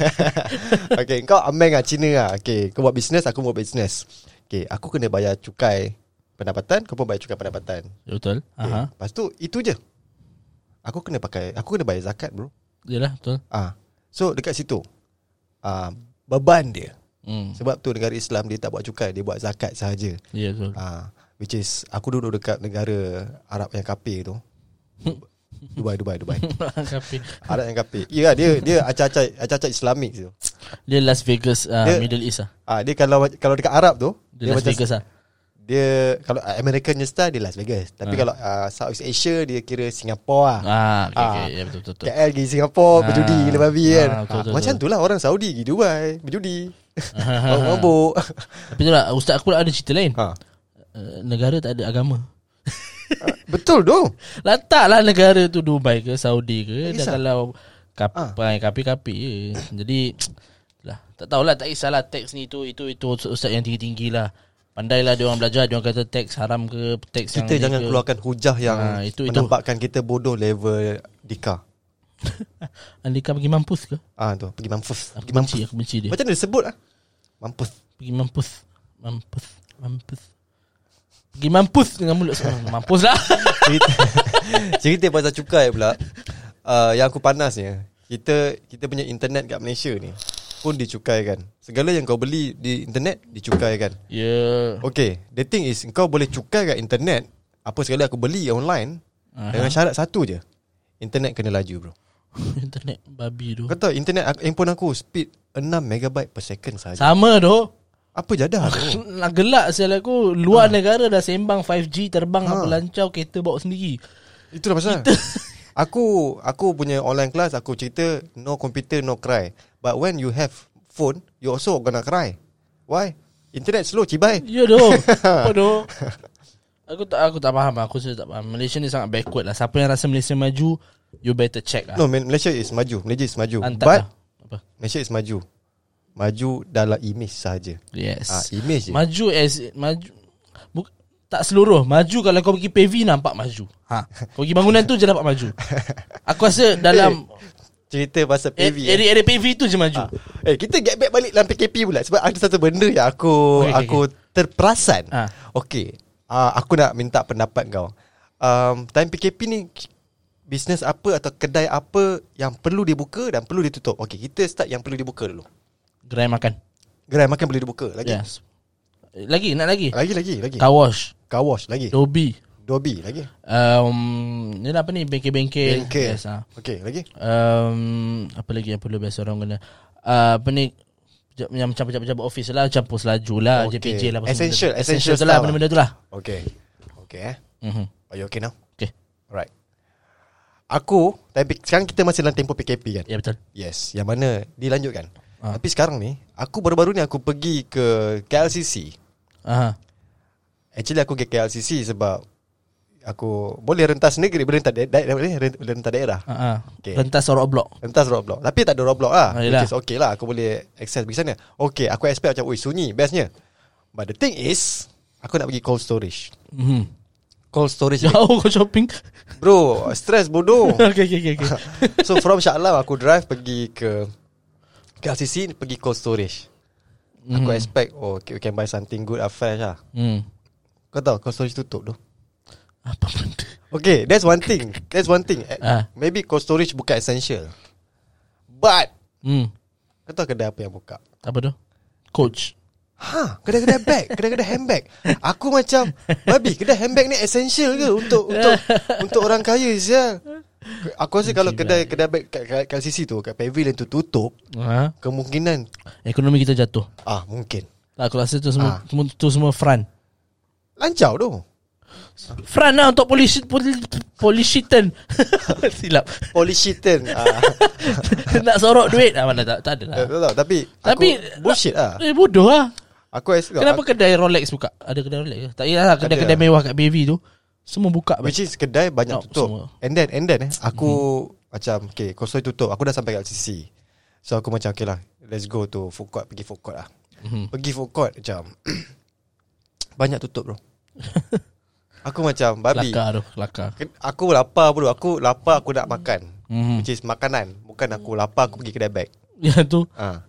Speaker 3: okay, kau ameng lah Cina lah. Okay, kau buat bisnes, aku buat bisnes. Okay, aku kena bayar cukai pendapatan, kau pun bayar cukai pendapatan.
Speaker 4: Betul.
Speaker 3: Okay.
Speaker 4: Aha.
Speaker 3: Lepas tu, itu je. Aku kena pakai, aku kena bayar zakat bro.
Speaker 4: Yalah, betul.
Speaker 3: Ah, So, dekat situ, ah, beban dia.
Speaker 4: Hmm.
Speaker 3: Sebab tu negara Islam dia tak buat cukai, dia buat zakat sahaja.
Speaker 4: Ya, yeah, betul.
Speaker 3: Ah, which is, aku duduk dekat negara Arab yang kapir tu. Dubai, Dubai, Dubai.
Speaker 4: Kapi.
Speaker 3: Arab yang kapir. Ya, dia dia acah-acah acah-acah Islamik tu.
Speaker 4: Dia Las Vegas uh,
Speaker 3: Dia-
Speaker 4: Middle East ah.
Speaker 3: Ah, dia kalau kalau dekat Arab tu,
Speaker 4: Dia, Las Vegas ah.
Speaker 3: dia kalau ah, American punya style dia Las Vegas. Tapi
Speaker 4: Ah.
Speaker 3: kalau uh, Southeast Asia dia kira Singapura lah.
Speaker 4: Ah, okay,
Speaker 3: Ah.
Speaker 4: okay. Ya, betul betul. betul.
Speaker 3: KL pergi Singapura
Speaker 4: Ah.
Speaker 3: berjudi gila babi kan.
Speaker 4: Ah, betul,
Speaker 3: Ah,
Speaker 4: betul,
Speaker 3: macam
Speaker 4: betul.
Speaker 3: itulah orang Saudi pergi Dubai berjudi. Mabuk-mabuk.
Speaker 4: Tapi tu lah ustaz aku ada cerita lain.
Speaker 3: ha.
Speaker 4: Uh, negara tak ada agama.
Speaker 3: Betul tu.
Speaker 4: Letaklah negara tu Dubai ke Saudi ke
Speaker 3: Tak
Speaker 4: dan
Speaker 3: kisah. Ah.
Speaker 4: kalau kapi ha. kapi-kapi je. Jadi lah tak tahulah tak kisahlah teks ni itu itu itu ustaz yang tinggi-tinggi lah. Pandailah dia orang belajar dia orang kata teks haram ke teks yang
Speaker 3: Kita
Speaker 4: ni
Speaker 3: jangan
Speaker 4: ke.
Speaker 3: keluarkan hujah yang
Speaker 4: Ah, itu- itu.
Speaker 3: menampakkan kita bodoh level Dika.
Speaker 4: Andika pergi mampus ke?
Speaker 3: Ah tu pergi mampus.
Speaker 4: Aku
Speaker 3: Pergi
Speaker 4: benci
Speaker 3: mampus.
Speaker 4: aku benci dia.
Speaker 3: Macam mana disebut ah? Mampus.
Speaker 4: Pergi mampus Mampus Mampus Pergi mampus dengan mulut sekarang Mampus lah
Speaker 3: cerita, cerita pasal cukai pula uh, Yang aku panasnya Kita kita punya internet kat Malaysia ni Pun dicukaikan Segala yang kau beli di internet kan. Dicukaikan
Speaker 4: Ya yeah.
Speaker 3: Okay The thing is Kau boleh cukai kat internet Apa segala aku beli online
Speaker 4: Aha.
Speaker 3: uh-huh. Dengan syarat satu je Internet kena laju bro
Speaker 4: Internet babi tu
Speaker 3: Kau tahu internet aku, Handphone aku speed 6 megabyte per second sahaja
Speaker 4: Sama tu
Speaker 3: Apa jadah tu
Speaker 4: Nak gelak sial aku
Speaker 3: Ah.
Speaker 4: Luar negara dah sembang 5G Terbang
Speaker 3: Ha.
Speaker 4: apa lancau Kereta bawa sendiri
Speaker 3: Itulah pasal Aku Aku punya online class Aku cerita No computer no cry But when you have phone You also gonna cry Why? Internet slow cibai
Speaker 4: Ya doh. Apa doh? Aku tak aku tak faham. lah. Aku sendiri tak faham. Malaysia ni sangat backward lah. Siapa yang rasa Malaysia maju, you better check lah.
Speaker 3: No man, Malaysia is maju Malaysia is maju
Speaker 4: Hantar
Speaker 3: But
Speaker 4: lah. apa?
Speaker 3: Malaysia is maju Maju dalam image sahaja
Speaker 4: Yes.
Speaker 3: Ah, image je
Speaker 4: maju as maju buk, tak seluruh. Maju kalau kau pergi PV nampak maju. Ha. Kau pergi bangunan tu je nampak maju. Aku rasa dalam
Speaker 3: Cerita pasal
Speaker 4: eh,
Speaker 3: PV eh,
Speaker 4: area-area PV tu je maju.
Speaker 3: eh kita get back balik dalam PKP pula Sebab ada satu benda yang aku
Speaker 4: Oh, Okay, okay,
Speaker 3: okay, Aku terperasan
Speaker 4: Ah.
Speaker 3: Okay uh, Aku nak minta pendapat kau um, Time PKP ni Bisnes apa atau kedai apa Yang perlu dibuka dan perlu ditutup Okay kita start yang perlu dibuka dulu
Speaker 4: Gerai makan.
Speaker 3: Gerai makan boleh dibuka lagi
Speaker 4: Yes. Lagi nak lagi.
Speaker 3: Lagi lagi lagi
Speaker 4: Car wash,
Speaker 3: Car wash lagi
Speaker 4: Dobi.
Speaker 3: Dobi lagi
Speaker 4: Um, ni apa ni bengkel-bengkel.
Speaker 3: Bengkel
Speaker 4: Yes, ha.
Speaker 3: Okay lagi
Speaker 4: um, apa lagi yang perlu biasa orang kena uh, apa ni peja- yang macam pejabat-pejabat office lah campur selaju lah
Speaker 3: Okay.
Speaker 4: JPJ lah apa
Speaker 3: Essential,
Speaker 4: semua benda tu.
Speaker 3: essential
Speaker 4: tu lah
Speaker 3: stuff
Speaker 4: benda-benda tu lah
Speaker 3: Okay Okay eh
Speaker 4: mm-hmm.
Speaker 3: Are you okay now?
Speaker 4: okay
Speaker 3: Alright Aku tapi Sekarang kita masih dalam tempoh PKP kan
Speaker 4: ya yeah, betul
Speaker 3: Yes Yang mana Dilanjutkan
Speaker 4: Ah.
Speaker 3: Tapi sekarang ni Aku baru-baru ni Aku pergi ke KLCC
Speaker 4: aha
Speaker 3: Actually aku ke KLCC sebab Aku boleh rentas negeri Boleh rentas, da- da- boleh ren- rentas daerah
Speaker 4: aha okay.
Speaker 3: Okay.
Speaker 4: rentas sorok blok
Speaker 3: Rentas roadblock Tapi tak ada roadblock lah
Speaker 4: Ah, yelah.
Speaker 3: Which is okay lah Aku boleh access pergi sana Okay aku expect macam Ui sunyi bestnya But the thing is Aku nak pergi cold storage
Speaker 4: mm-hmm.
Speaker 3: Cold storage ni-
Speaker 4: jauh kau shopping
Speaker 3: Bro Stress bodoh
Speaker 4: okay okay okay, okay.
Speaker 3: So from Shah Alam Aku drive pergi ke KLCC Pergi cold storage Aku expect Oh okay, we can buy something good ah, Fresh lah
Speaker 4: hmm.
Speaker 3: Kau tahu cold storage tutup tu
Speaker 4: apa benda
Speaker 3: Okay, that's one thing. That's one thing. Uh.
Speaker 4: Ah.
Speaker 3: Maybe cold storage bukan essential. But
Speaker 4: hmm.
Speaker 3: kau tahu kedai apa yang buka?
Speaker 4: apa tu coach
Speaker 3: Ha, kedai-kedai bag, kedai-kedai handbag. Aku macam babi, kedai handbag ni essential ke untuk untuk untuk orang kaya sial. Aku rasa kalau kedai kedai bag kat, kat, kat sisi tu kat pavilion tu tutup,
Speaker 4: ha?
Speaker 3: kemungkinan
Speaker 4: ekonomi kita jatuh
Speaker 3: ah mungkin.
Speaker 4: tak, aku rasa tu semua
Speaker 3: Ah.
Speaker 4: semua- tu semua front
Speaker 3: Lancau tu.
Speaker 4: front lah untuk polisi poli, polisitan silap
Speaker 3: Polishitan. ah.
Speaker 4: nak sorok duit ah, mana tak tak ada lah
Speaker 3: Tak tahu, tapi
Speaker 4: Tapi
Speaker 3: aku, bullshit ah.
Speaker 4: Eh bodoh lah
Speaker 3: Aku expect
Speaker 4: Kenapa kedai Rolex buka? Ada kedai Rolex ke? Tak yalah kedai-kedai
Speaker 3: Ada.
Speaker 4: mewah kat BV tu Semua buka
Speaker 3: Which is kedai banyak
Speaker 4: Tak,
Speaker 3: tutup.
Speaker 4: semua. Hmm.
Speaker 3: And then and then eh aku macam okay, kosoi tutup. Aku dah sampai kat CC. So aku macam okay lah, let's go to food court, pergi food court lah.
Speaker 4: Mhm.
Speaker 3: Pergi food court macam banyak tutup bro. aku macam babi.
Speaker 4: Kelakar tu Kelakar
Speaker 3: Ke- Aku lapar bro, aku lapar aku nak makan.
Speaker 4: Mhm.
Speaker 3: Which is makanan Bukan aku lapar Aku pergi kedai beg
Speaker 4: Ya tu
Speaker 3: ha.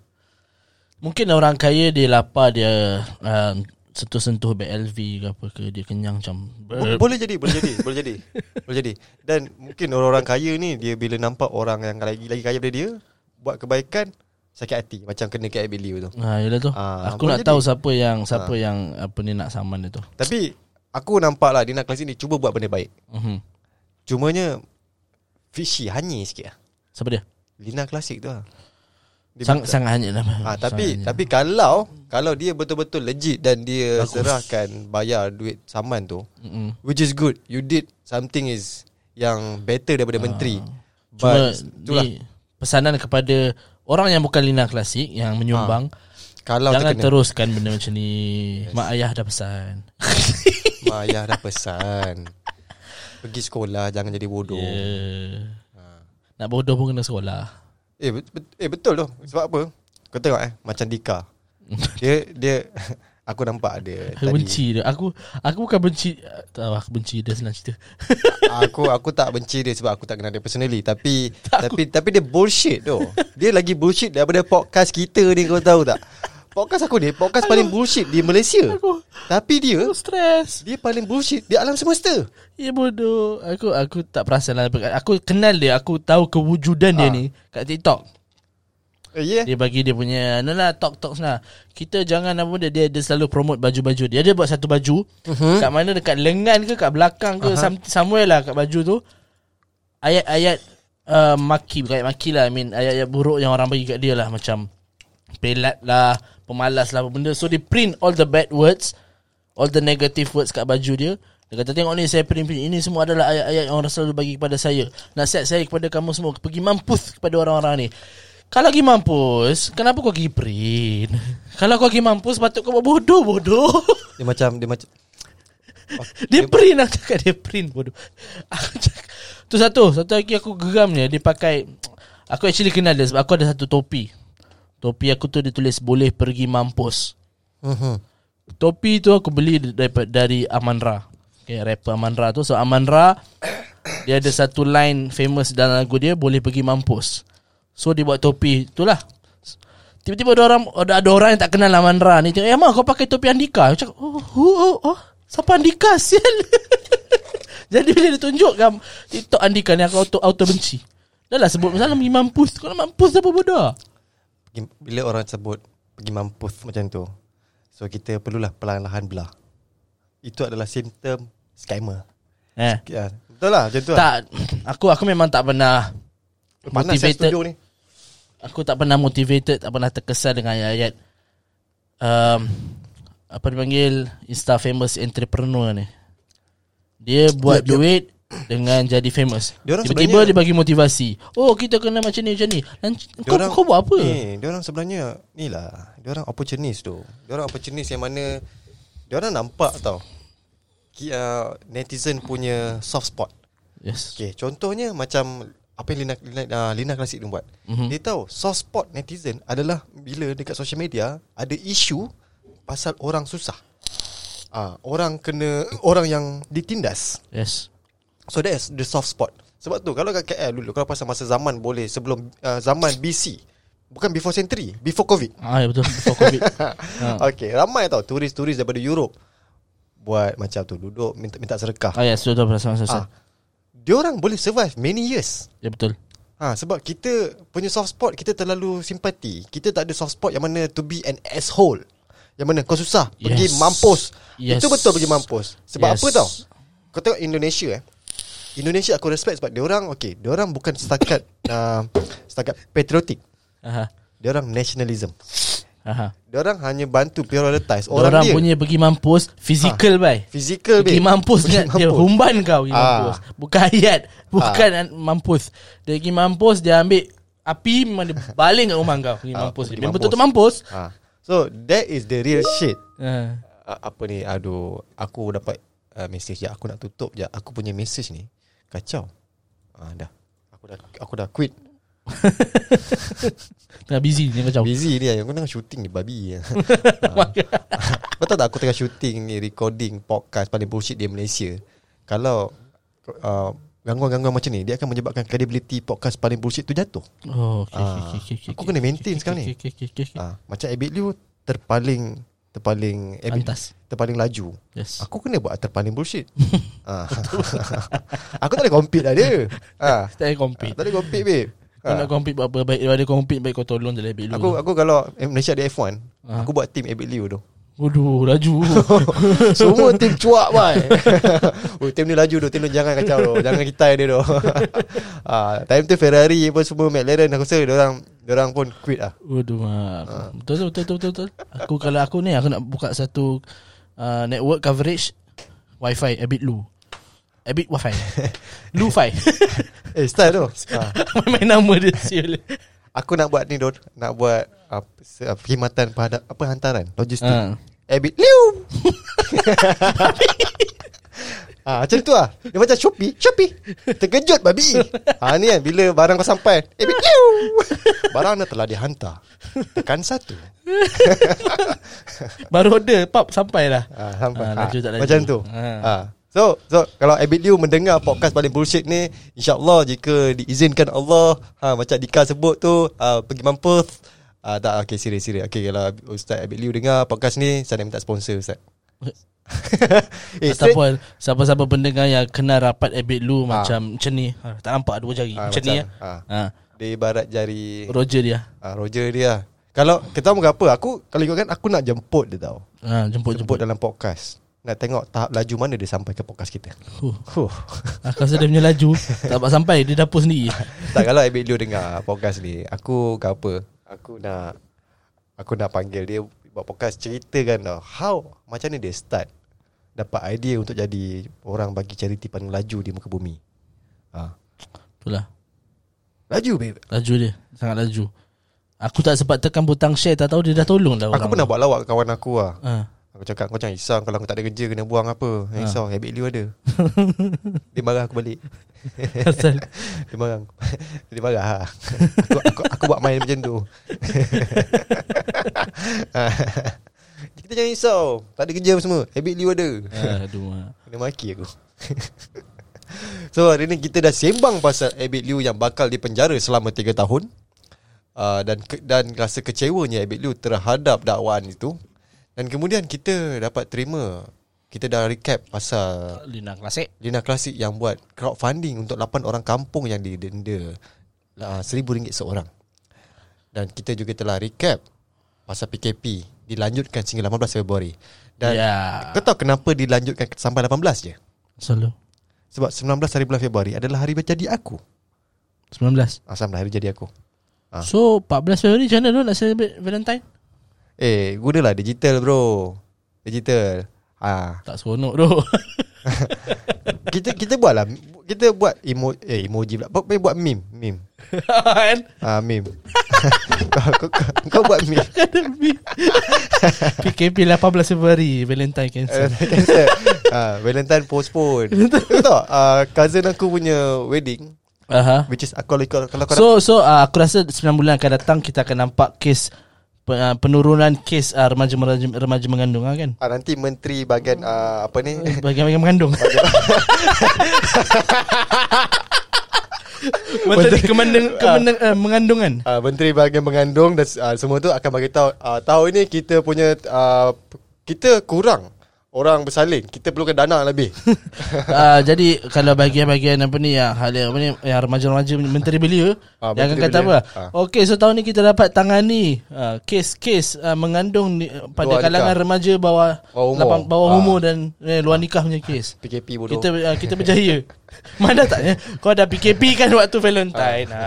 Speaker 4: Mungkin orang kaya dia lapar Dia uh, Sentuh-sentuh BLV ke apa ke Dia kenyang macam
Speaker 3: Bo- Boleh jadi Boleh jadi Boleh jadi Boleh jadi Dan mungkin orang-orang kaya ni Dia bila nampak orang yang lagi lagi kaya daripada dia Buat kebaikan Sakit hati Macam kena kat Billy tu
Speaker 4: Ha, yelah tu.
Speaker 3: Ah,
Speaker 4: aku
Speaker 3: boleh
Speaker 4: nak
Speaker 3: jadi. Ah.
Speaker 4: tahu siapa yang siapa yang apa ni nak saman dia tu.
Speaker 3: Tapi Aku nampak lah Dia nak kelas ni Cuba buat benda baik
Speaker 4: Mhm.
Speaker 3: Cumanya Fishy Hanyir sikit lah
Speaker 4: Siapa dia?
Speaker 3: Lina klasik tu lah Dia
Speaker 4: Sang,
Speaker 3: minta-
Speaker 4: sangat hanyut lah.
Speaker 3: Ah, tapi
Speaker 4: Sangat hanyut.
Speaker 3: tapi kalau kalau dia betul-betul legit dan dia
Speaker 4: Bagus.
Speaker 3: Bagus. serahkan bayar duit saman tu,
Speaker 4: Mm-mm.
Speaker 3: which is good. You did something is yang better daripada menteri.
Speaker 4: Ah. Cuma
Speaker 3: But itulah
Speaker 4: ni pesanan kepada orang yang bukan lina klasik yang menyumbang
Speaker 3: Ah. kalau
Speaker 4: jangan
Speaker 3: terkena terus.
Speaker 4: teruskan benda macam ni. Mak ayah dah pesan.
Speaker 3: mak ayah dah pesan. Pergi sekolah jangan jadi bodoh. Yeah.
Speaker 4: Eh,
Speaker 3: Ah.
Speaker 4: Nak bodoh pun kena sekolah.
Speaker 3: Eh, bet, bet, eh betul tu. Sebab apa? Kau tengok eh macam Dika. Dia dia aku nampak dia
Speaker 4: Aku benci dia. Aku aku bukan benci tahu aku benci dia senang cerita.
Speaker 3: Aku aku tak benci dia sebab aku tak kenal dia personally tapi tapi tapi dia bullshit tu. Dia lagi bullshit daripada podcast kita ni kau tahu tak? Podcast aku ni podcast paling bullshit di Malaysia.
Speaker 4: Aku-
Speaker 3: Tapi dia
Speaker 4: Aku stres.
Speaker 3: dia paling bullshit di alam semesta.
Speaker 4: Ya bodoh Aku aku tak perasan lah Aku kenal dia Aku tahu kewujudan dia
Speaker 3: Ah.
Speaker 4: ni Kat TikTok
Speaker 3: Eh, yeah.
Speaker 4: Dia bagi dia punya Nah lah talk-talk sana Kita jangan apa dia Dia, dia selalu promote baju-baju Dia ada buat satu baju uh-huh. Kat mana dekat lengan ke Kat belakang ke uh-huh. Somewhere lah kat baju tu Ayat-ayat uh, Maki Bukan ayat maki lah I mean ayat-ayat buruk yang orang bagi kat dia lah Macam Pelat lah Pemalas lah apa benda So dia print all the bad words All the negative words kat baju dia dia kata tengok ni saya print-print Ini semua adalah ayat-ayat yang orang selalu bagi kepada saya Nasihat saya kepada kamu semua Pergi mampus kepada orang-orang ni Kalau pergi mampus Kenapa kau pergi print Kalau kau pergi mampus Patut kau buat bodoh-bodoh
Speaker 3: Dia macam dia macam
Speaker 4: Dia print aku cakap dia print bodoh Aku cakap Tu satu Satu lagi aku geramnya Dia pakai Aku actually kenal dia Sebab aku ada satu topi Topi aku tu dia tulis Boleh pergi mampus
Speaker 3: uh-huh.
Speaker 4: Topi tu aku beli daripada dari Amanra. Okay, rapper Amanra tu. So Amanra dia ada satu line famous dalam lagu dia boleh pergi mampus. So dia buat topi itulah. Tiba-tiba ada orang ada, ada orang yang tak kenal Amanra ni. Tengok, "Eh, Amal, kau pakai topi Andika." Aku cakap, "Oh, oh, oh, oh. siapa Andika sial?" Jadi bila dia tunjuk kan TikTok Andika ni aku auto auto benci. Dah lah sebut masalah pergi mampus. Kau nak mampus apa bodoh?
Speaker 3: Pergi- bila orang sebut pergi mampus macam tu. So kita perlulah perlahan-lahan belah. Itu adalah simptom scammer.
Speaker 4: Eh.
Speaker 3: Ya, betul lah macam tu lah.
Speaker 4: Tak aku aku memang tak pernah
Speaker 3: Panas saya
Speaker 4: motivated.
Speaker 3: studio ni.
Speaker 4: Aku tak pernah motivated Tak pernah terkesan dengan ayat-ayat um, Apa dipanggil Insta famous entrepreneur ni Dia buat
Speaker 3: Dia- dia-
Speaker 4: duit Dengan jadi famous
Speaker 3: Dia orang
Speaker 4: Tiba-tiba
Speaker 3: sebenarnya-
Speaker 4: dia bagi motivasi Oh kita kena macam ni macam ni Dan kau,
Speaker 3: Diorang-
Speaker 4: kau buat apa
Speaker 3: Ni, dia orang sebenarnya ni lah. Dia orang opportunist tu. Dia orang opportunist yang mana dia orang nampak tau. Ki- Uh, netizen punya soft spot.
Speaker 4: Yes
Speaker 3: Okay, contohnya macam apa yang Lina Lina, uh, Lina Klasik tu buat.
Speaker 4: Mhm.
Speaker 3: Mm-hmm. Dia tahu soft spot netizen adalah bila dekat social media ada isu pasal orang susah. Ah, orang kena orang yang ditindas.
Speaker 4: Yes
Speaker 3: So that's the soft spot. Sebab tu kalau kat KL dulu kalau pasal masa zaman boleh sebelum uh, zaman BC bukan before century, before COVID.
Speaker 4: Ah ya betul Before covid
Speaker 3: Ha. Okay, ramai tau turis-turis daripada Europe buat macam tu duduk minta minta sedekah.
Speaker 4: Ah ya sudah perasaan
Speaker 3: Ah.
Speaker 4: susah
Speaker 3: Dia orang boleh survive many years.
Speaker 4: Ya betul
Speaker 3: Ha, sebab kita punya soft spot kita terlalu simpati. Kita tak ada soft spot yang mana to be an asshole. Yang mana kau susah, yes. pergi
Speaker 4: Yes.
Speaker 3: mampus.
Speaker 4: Yes.
Speaker 3: Yes. Itu betul pergi mampus.
Speaker 4: Yes.
Speaker 3: Sebab yes. apa tau? Kau tengok Indonesia eh. Indonesia aku respect sebab dia orang okey, dia orang bukan setakat uh, setakat patriotic.
Speaker 4: Aha.
Speaker 3: Dia orang nationalism.
Speaker 4: Aha.
Speaker 3: Dia orang hanya bantu prioritize
Speaker 4: Orang,
Speaker 3: orang,
Speaker 4: orang
Speaker 3: dia. Ah.
Speaker 4: punya pergi mampus Physical bye
Speaker 3: Physical
Speaker 4: Pergi
Speaker 3: babe.
Speaker 4: mampus
Speaker 3: Pergi
Speaker 4: Pergi Dia
Speaker 3: mampus.
Speaker 4: humban kau pergi
Speaker 3: Ah.
Speaker 4: mampus Bukan ayat Bukan an- mampus Dia pergi mampus Dia ambil Api memang dia balik kat rumah kau Pergi
Speaker 3: Ah,
Speaker 4: mampus
Speaker 3: pergi
Speaker 4: Memang
Speaker 3: mampus.
Speaker 4: betul-betul mampus
Speaker 3: Ha. So that is the real shit.
Speaker 4: Ah.
Speaker 3: uh, apa ni aduh aku dapat uh, message je aku nak tutup je aku punya message ni kacau uh, dah aku dah aku dah quit
Speaker 4: Tengah busy Dia macam
Speaker 3: busy ni aku tengah shooting ni babi betul tak aku tengah shooting ni recording podcast paling bullshit di Malaysia kalau uh, gangguan-gangguan macam ni dia akan menyebabkan credibility podcast paling bullshit tu jatuh.
Speaker 4: Oh, okay,
Speaker 3: Ah,
Speaker 4: okay, okay, okay,
Speaker 3: aku
Speaker 4: okay,
Speaker 3: kena
Speaker 4: okay,
Speaker 3: maintain
Speaker 4: okay,
Speaker 3: sekarang
Speaker 4: okay,
Speaker 3: ni.
Speaker 4: okay, okay, okay, okay.
Speaker 3: Ha, macam Abid Liu terpaling terpaling Abid,
Speaker 4: Pantas.
Speaker 3: terpaling laju.
Speaker 4: Yes.
Speaker 3: Aku kena buat terpaling bullshit. ha. aku tak boleh compete lah dia. Ha.
Speaker 4: Tak payah compete.
Speaker 3: Tak boleh compete babe.
Speaker 4: Kau nak compete buat apa Baik daripada compete Baik kau tolong je lebih dulu
Speaker 3: Ah. Aku aku kalau eh, Malaysia ada F1,
Speaker 4: Ah.
Speaker 3: aku buat team Abid Liu tu.
Speaker 4: Waduh laju
Speaker 3: Semua tim cuak bai. oh, tim ni laju tu, tim ni jangan kacau tu. Jangan kita dia tu. ah, time tu Ferrari pun semua McLaren aku rasa dia orang dia orang pun quit ah.
Speaker 4: Waduh ha. betul, betul, betul betul betul betul Aku kalau aku ni Aku nak buka satu uh, Network coverage Wi-Fi A bit low A bit Wi-Fi Lu-Fi
Speaker 3: Eh, style tu. Ah,
Speaker 4: Main nama dia sial
Speaker 3: aku nak buat ni Don, nak buat apa se- ah, perkhidmatan pada apa hantaran logistik.
Speaker 4: Ah.
Speaker 3: Abit Liu. Ah, macam tu lah Dia macam Shopee Shopee Terkejut babi ah, Ni kan Bila barang kau sampai Eh bit Liu. Barang dah telah dihantar Tekan satu
Speaker 4: Baru order Pap sampai lah
Speaker 3: Ah, sampai.
Speaker 4: Ah,
Speaker 3: Ah,
Speaker 4: laju tak laju.
Speaker 3: Macam tu.
Speaker 4: Ah.
Speaker 3: Ah. So, so kalau Abid Liu mendengar podcast paling bullshit ni, insya-Allah jika diizinkan Allah, ha, macam Dika sebut tu, ah, pergi Perth. Ah, tak okey serius serius. Okey kalau Ustaz Abid Liu dengar podcast ni, saya nak minta sponsor Ustaz. eh, straight,
Speaker 4: Ataupun Siapa-siapa pendengar Yang kenal rapat A bit low
Speaker 3: Ah.
Speaker 4: Macam Macam ni Ah, Tak nampak dua jari
Speaker 3: Ah,
Speaker 4: Macam ni ya
Speaker 3: macam, ah.
Speaker 4: Ah.
Speaker 3: di barat jari
Speaker 4: Roger dia
Speaker 3: ah, Roger dia. Kalau kita tahu apa, aku kalau ikutkan aku nak jemput dia tau.
Speaker 4: Ah, jemput jemput.
Speaker 3: Jemput dalam podcast. Nak tengok tahap laju mana dia sampai ke podcast kita.
Speaker 4: Huh.
Speaker 3: Huh.
Speaker 4: Ah, Aku rasa dia punya laju Tak dapat sampai Dia dapur sendiri
Speaker 3: Tak kalau Abid Liu dengar podcast ni Aku ke apa Aku nak Aku nak panggil dia Buat podcast ceritakan tau How Macam mana dia start Dapat idea untuk jadi Orang bagi charity paling laju di muka bumi ha.
Speaker 4: Itulah
Speaker 3: Laju babe
Speaker 4: Laju dia Sangat laju Aku tak sempat tekan butang share Tak tahu dia dah tolong dah
Speaker 3: Aku
Speaker 4: orang
Speaker 3: pernah buat lawak ke kawan aku lah
Speaker 4: ha.
Speaker 3: Aku cakap kau jangan risau Kalau kau tak ada kerja kena buang apa Jangan risau Abid Liu ada Dia marah aku balik
Speaker 4: Asal
Speaker 3: Dia marah Dia marah ha. aku, aku, aku buat main macam tu Ah. Kita jangan risau Tak ada kerja apa semua Habit liu ada
Speaker 4: Aduh ah.
Speaker 3: Kena maki aku So hari ni kita dah sembang pasal Abid Liu yang bakal dipenjara selama 3 tahun uh, dan ke, dan rasa kecewanya Abid Liu terhadap dakwaan itu dan kemudian kita dapat terima kita dah recap pasal
Speaker 4: Lina klasik
Speaker 3: Lina Klasik yang buat crowdfunding untuk 8 orang kampung yang didenda RM1,000 seorang. Dan kita juga telah recap pasal PKP dilanjutkan sehingga 18 Februari. Dan
Speaker 4: Ya
Speaker 3: yeah. kau tahu kenapa dilanjutkan sampai 18 je?
Speaker 4: Selalu
Speaker 3: Sebab 19 hari bulan Februari adalah hari jadi aku.
Speaker 4: 19
Speaker 3: Ah, sama lah hari jadi aku. Ah.
Speaker 4: So 14 Februari macam mana tu nak celebrate Valentine
Speaker 3: Eh, gunalah digital bro. Digital. Ah,
Speaker 4: Tak seronok tu
Speaker 3: kita kita buatlah kita buat emo, eh, emoji pula. Buat buat meme, meme.
Speaker 4: Kan
Speaker 3: Ah, meme. kau, kau, kau, kau buat meme.
Speaker 4: PKP 18 Februari Valentine cancel
Speaker 3: Valentine cancel uh, Valentine postpone Kau tahu uh, Cousin aku punya wedding
Speaker 4: Aha.
Speaker 3: Which is aku, kalau, kalau kau so,
Speaker 4: So so uh, aku rasa 9 bulan akan datang kita akan nampak kes pe- uh, penurunan kes uh, remaja-remaja remaja mengandung ah, kan.
Speaker 3: uh, Nanti menteri bahagian uh, Apa ni
Speaker 4: Bagian-bagian mengandung. Menteri kemandung, kemandung, uh, mengandung kan.
Speaker 3: uh, Menteri bahagian mengandung Dan uh, semua tu akan bagi tahu uh, Tahun ni kita punya uh, Kita kurang Orang bersalin Kita perlukan dana lebih
Speaker 4: Uh, jadi kalau bagian-bagian apa ni yang hal yang apa ni yang remaja-remaja menteri belia
Speaker 3: Ah,
Speaker 4: dia akan
Speaker 3: menteri
Speaker 4: kata
Speaker 3: belia.
Speaker 4: apa? Okey, so tahun ni kita dapat tangani uh, kes-kes uh, mengandung ni, uh, pada
Speaker 3: Luar
Speaker 4: kalangan
Speaker 3: nikah.
Speaker 4: remaja bawah
Speaker 3: Bawah umur.
Speaker 4: lapan- bawah
Speaker 3: Ah.
Speaker 4: umur dan eh, luar nikah punya kes.
Speaker 3: PKP bodoh
Speaker 4: Kita uh, kita berjaya. Mana tak ya? Kau dah PKP kan waktu Valentine. Ha,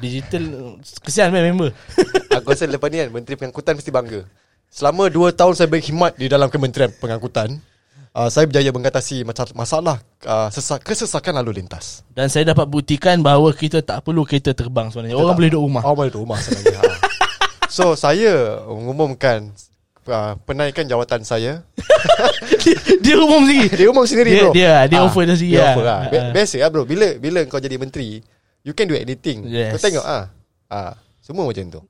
Speaker 4: digital uh, kesian man member.
Speaker 3: Aku rasa lepas ni kan Menteri Pengangkutan mesti bangga Selama 2 tahun saya berkhidmat Di dalam Kementerian Pengangkutan uh, Saya berjaya mengatasi masa- Masalah uh, sesak, Kesesakan lalu lintas
Speaker 4: Dan saya dapat buktikan bahawa kita tak perlu kereta terbang sebenarnya. Orang boleh duduk rumah.
Speaker 3: Oh boleh duduk rumah sebenarnya Ha. So saya mengumumkan uh, Penaikan jawatan saya
Speaker 4: dia, dia umum sendiri.
Speaker 3: Dia umum sendiri
Speaker 4: Dia-
Speaker 3: bro
Speaker 4: dia- dia
Speaker 3: Ah,
Speaker 4: offer dia sendiri
Speaker 3: Dia
Speaker 4: lah.
Speaker 3: offer lah Be-
Speaker 4: Ah.
Speaker 3: Biasa lah bro Bila bila kau jadi menteri You can do anything Kau
Speaker 4: Yes.
Speaker 3: tengok ah, ah, Semua macam tu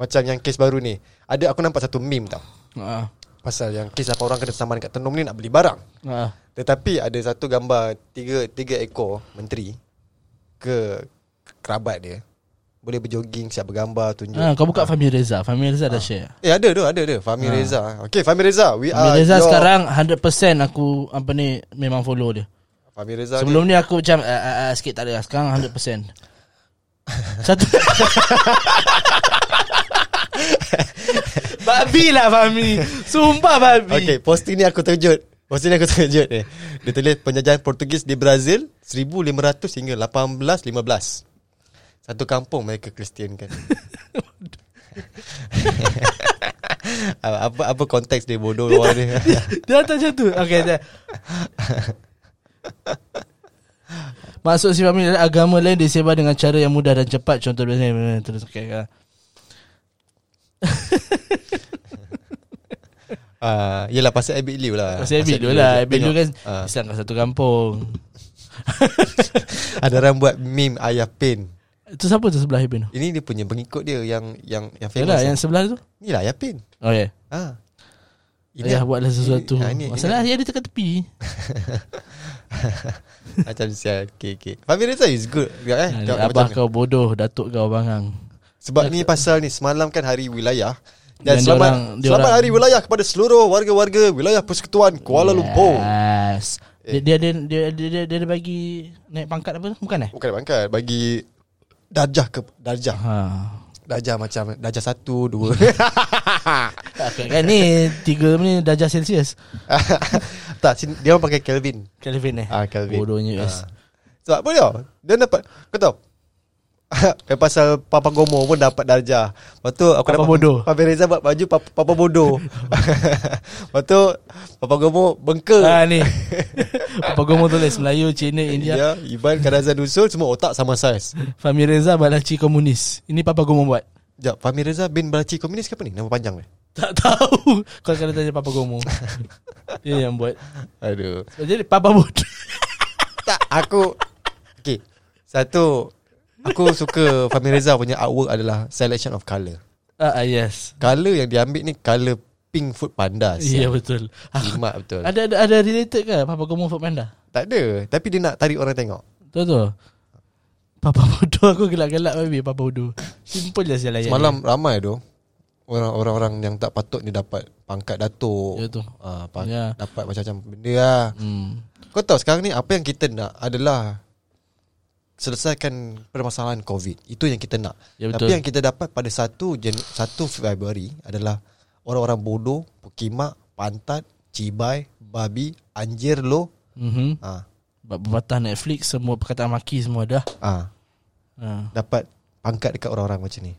Speaker 3: Macam yang kes baru ni Ada aku nampak satu meme tau
Speaker 4: Ha.
Speaker 3: Pasal yang kes apa orang kena saman kat tenung ni Nak beli barang
Speaker 4: Ha.
Speaker 3: Tetapi ada satu gambar tiga tiga ekor menteri ke kerabat dia boleh berjoging siap bergambar tunjuk.
Speaker 4: Ha, kau buka Fahmi Reza. Fahmi Reza dah share.
Speaker 3: Eh ada tu, ada ada Fahmi Reza. Okey, Fahmi Reza. We
Speaker 4: Fahmi
Speaker 3: are
Speaker 4: Reza
Speaker 3: your-
Speaker 4: sekarang 100% aku apa ni memang follow dia.
Speaker 3: Fahmi Reza.
Speaker 4: Sebelum ni aku macam uh, uh, uh, sikit tak ada. Sekarang 100%. Satu Babi lah Fahmi Sumpah
Speaker 3: ni-
Speaker 4: babi
Speaker 3: Okey, posting ni aku terkejut. Posting ni aku terkejut eh. Dia tulis penjajahan Portugis di Brazil 1500 hingga 1815. Satu kampung mereka Kristian kan. apa apa konteks dia bodoh orang ni.
Speaker 4: Dia hantar macam tu Okay dah. Maksud si Fahmi adalah agama lain disebar dengan cara yang mudah dan cepat Contoh biasanya Terus okay, ah.
Speaker 3: Ah, yelah pasal Abid Liu lah.
Speaker 4: Pasal Abid dulu lah Abid dulu
Speaker 3: Tengok,
Speaker 4: kan
Speaker 3: ah,
Speaker 4: Islam kat satu kampung
Speaker 3: ada orang buat meme ayah pin.
Speaker 4: Itu siapa tu sebelah Ibin tu?
Speaker 3: Ini dia punya pengikut dia yang yang yang famous.
Speaker 4: Yalah
Speaker 3: lah.
Speaker 4: yang sebelah tu
Speaker 3: Ni lah ayah pin.
Speaker 4: Oh ya yeah.
Speaker 3: Ha.
Speaker 4: Ayah buatlah sesuatu
Speaker 3: lah. ah, ini-
Speaker 4: Masalah ayah dia dekat tepi
Speaker 3: Macam sial Okay okay Fahmi Reza is good juga eh Tengok
Speaker 4: Abah
Speaker 3: macam ni.
Speaker 4: kau bodoh Datuk kau bangang
Speaker 3: Sebab ni pasal ni Semalam kan hari wilayah
Speaker 4: Dan
Speaker 3: Dan, selamat
Speaker 4: diorang- diorang-
Speaker 3: Selamat hari wilayah Kepada seluruh warga-warga Wilayah Persekutuan Kuala Lumpur
Speaker 4: Yes dia, dia, dia, dia, dia, dia, dia ada bagi Naik pangkat apa tu? Bukan eh?
Speaker 3: Bukan bangkat Bagi Darjah ke Darjah
Speaker 4: Haa
Speaker 3: Darjah macam Darjah satu Dua
Speaker 4: Takkan kan ni Tiga ni darjah Celsius
Speaker 3: Tak sini, Dia orang pakai Kelvin
Speaker 4: Kelvin eh
Speaker 3: Ah, Kelvin.
Speaker 4: Bodohnya yes.
Speaker 3: Sebab apa dia Dia dapat Kau tahu Yang pasal Papa Gomo pun dapat darjah Lepas tu aku
Speaker 4: Papa
Speaker 3: dapat
Speaker 4: bodoh.
Speaker 3: Papa Reza buat baju Papa, Papa bodoh Lepas tu Papa Gomo bengkel
Speaker 4: ah. ni Apa Gomo tulis Melayu, Cina, India
Speaker 3: Ya, Iban Kadazan Usul semua otak sama saiz.
Speaker 4: Fahmi Reza Balaci Komunis Ini Papa Gomo buat
Speaker 3: Sekejap, Fahmi Reza bin Balaci Komunis ke apa ni? Nama panjang dia.
Speaker 4: Tak tahu Kau kena tanya Papa Gomo Dia yang buat
Speaker 3: Aduh.
Speaker 4: Jadi Papa Bodoh
Speaker 3: Tak, aku Okay Satu Aku suka Fahmi Reza punya artwork adalah Selection of colour
Speaker 4: ah, ah, Yes
Speaker 3: Colour yang diambil ni Colour pink food panda
Speaker 4: Ya yeah,
Speaker 3: siap.
Speaker 4: betul Ah,
Speaker 3: Jimat betul
Speaker 4: Ada ada, ada related ke Papa Gomo Food Panda
Speaker 3: Tak ada Tapi dia nak tarik orang tengok
Speaker 4: Tahu tu Papa Bodoh Aku gelak-gelak baby Papa Bodoh Simple je sialan
Speaker 3: Semalam ramai tu orang- Orang-orang yang tak patut ni dapat Pangkat datuk
Speaker 4: Ya tu
Speaker 3: Ah, pang-
Speaker 4: Ya.
Speaker 3: Dapat macam-macam benda lah
Speaker 4: hmm.
Speaker 3: Kau tahu sekarang ni Apa yang kita nak adalah Selesaikan permasalahan COVID Itu yang kita nak
Speaker 4: Ya, betul.
Speaker 3: Tapi yang kita dapat pada 1 Jan 1 Februari adalah Orang-orang bodoh Pukimak Pantat Cibai Babi Anjir lo
Speaker 4: mm-hmm.
Speaker 3: ah,
Speaker 4: Bab berbatah Netflix Semua perkataan maki semua dah
Speaker 3: ah,
Speaker 4: ha,
Speaker 3: Dapat pangkat dekat orang-orang macam ni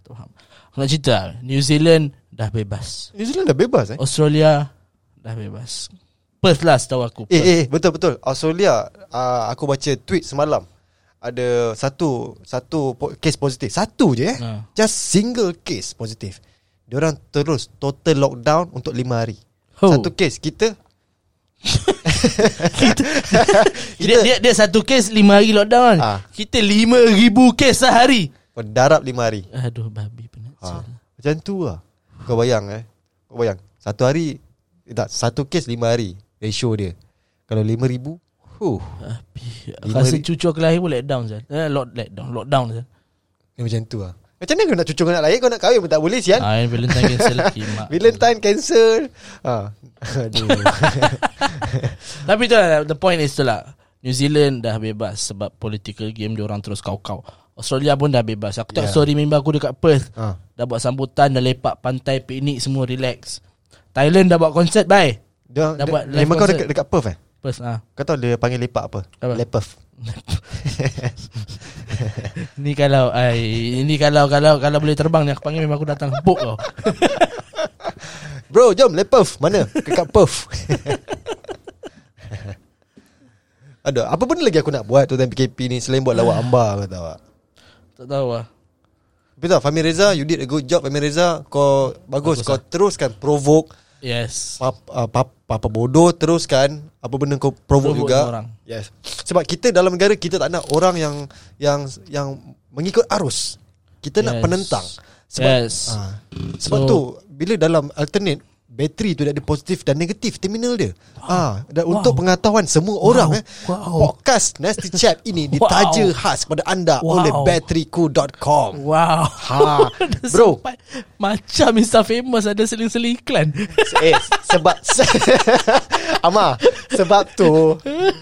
Speaker 4: tak faham. Aku nak cerita New Zealand Dah bebas
Speaker 3: New Zealand dah
Speaker 4: Oh,
Speaker 3: bebas eh
Speaker 4: Australia Dah bebas Perth lah setahu aku
Speaker 3: Eh,
Speaker 4: Perth.
Speaker 3: eh betul betul. Australia uh, aku baca tweet semalam ada satu satu po- kes positif. Satu je eh.
Speaker 4: Ha.
Speaker 3: Just single case positif. Diorang terus total lockdown untuk lima hari.
Speaker 4: Oh.
Speaker 3: Satu kes kita
Speaker 4: dia, dia, dia satu kes Lima hari lockdown kan
Speaker 3: Ah.
Speaker 4: Kita lima ribu kes sehari
Speaker 3: berdarab lima hari.
Speaker 4: Aduh babi penat
Speaker 3: Ha.
Speaker 4: ha.
Speaker 3: Macam tu lah. Kau bayang eh. Kau bayang. Satu hari eh, tak satu kes lima hari ratio dia. Kalau lima ribu Huh,
Speaker 4: Aku
Speaker 3: Lima
Speaker 4: rasa
Speaker 3: hari-
Speaker 4: cucu aku lahir pun lockdown Zal. eh, lock, Lockdown Lockdown Zal.
Speaker 3: dia macam tu lah. Macam mana kau nak cucu kau nak lahir kau nak kahwin pun tak boleh sian.
Speaker 4: Ah, Valentine cancel kimak.
Speaker 3: Valentine cancel. Ha. Aduh.
Speaker 4: Tapi tu lah, the point is tu lah. New Zealand dah bebas sebab political game dia orang terus kau-kau. Australia pun dah bebas. Aku tak
Speaker 3: Yeah.
Speaker 4: sorry member aku dekat Perth.
Speaker 3: Ya. Ha.
Speaker 4: Dah buat sambutan, dah lepak pantai, piknik semua relax. Thailand dah buat konsert bye.
Speaker 3: Dia,
Speaker 4: Dah
Speaker 3: dia
Speaker 4: buat
Speaker 3: buat
Speaker 4: live
Speaker 3: kau
Speaker 4: concert.
Speaker 3: dekat, dekat Perth eh?
Speaker 4: Perth ah.
Speaker 3: Kau tahu dia panggil lepak apa?
Speaker 4: Apa?
Speaker 3: Lepuff.
Speaker 4: Ni kalau ai ini kalau kalau kalau boleh terbang ni aku panggil member aku datang book kau.
Speaker 3: Bro, jom Lepuff. Mana? Dekat Perth. Ada apa benda lagi aku nak buat tu time PKP ni selain buat lawak ambar kau tahu tak?
Speaker 4: tak tahu lah.
Speaker 3: Tapi tahu Fahmi Reza you did a good job Fahmi Reza kau bagus, kau teruskan provoke
Speaker 4: Yes.
Speaker 3: pap, uh, pap, apa bodoh teruskan apa benda kau provoke,
Speaker 4: Provoke
Speaker 3: juga
Speaker 4: orang.
Speaker 3: yes sebab kita dalam negara kita tak nak orang yang yang yang mengikut arus kita nak
Speaker 4: Yes.
Speaker 3: penentang sebab
Speaker 4: yes.
Speaker 3: ah, sebab
Speaker 4: So-
Speaker 3: tu bila dalam alternate bateri tu dia ada positif dan negatif terminal dia. Ah, dan untuk pengetahuan semua orang eh,
Speaker 4: Wow.
Speaker 3: podcast Nasty Chat ini ditaja
Speaker 4: Wow.
Speaker 3: khas kepada anda
Speaker 4: Wow.
Speaker 3: oleh batteriku.com.
Speaker 4: Wow
Speaker 3: Ha, bro.
Speaker 4: Sempat, Macam Mr. Famous Ada seling-seling iklan
Speaker 3: Eh sebab Amar Sebab tu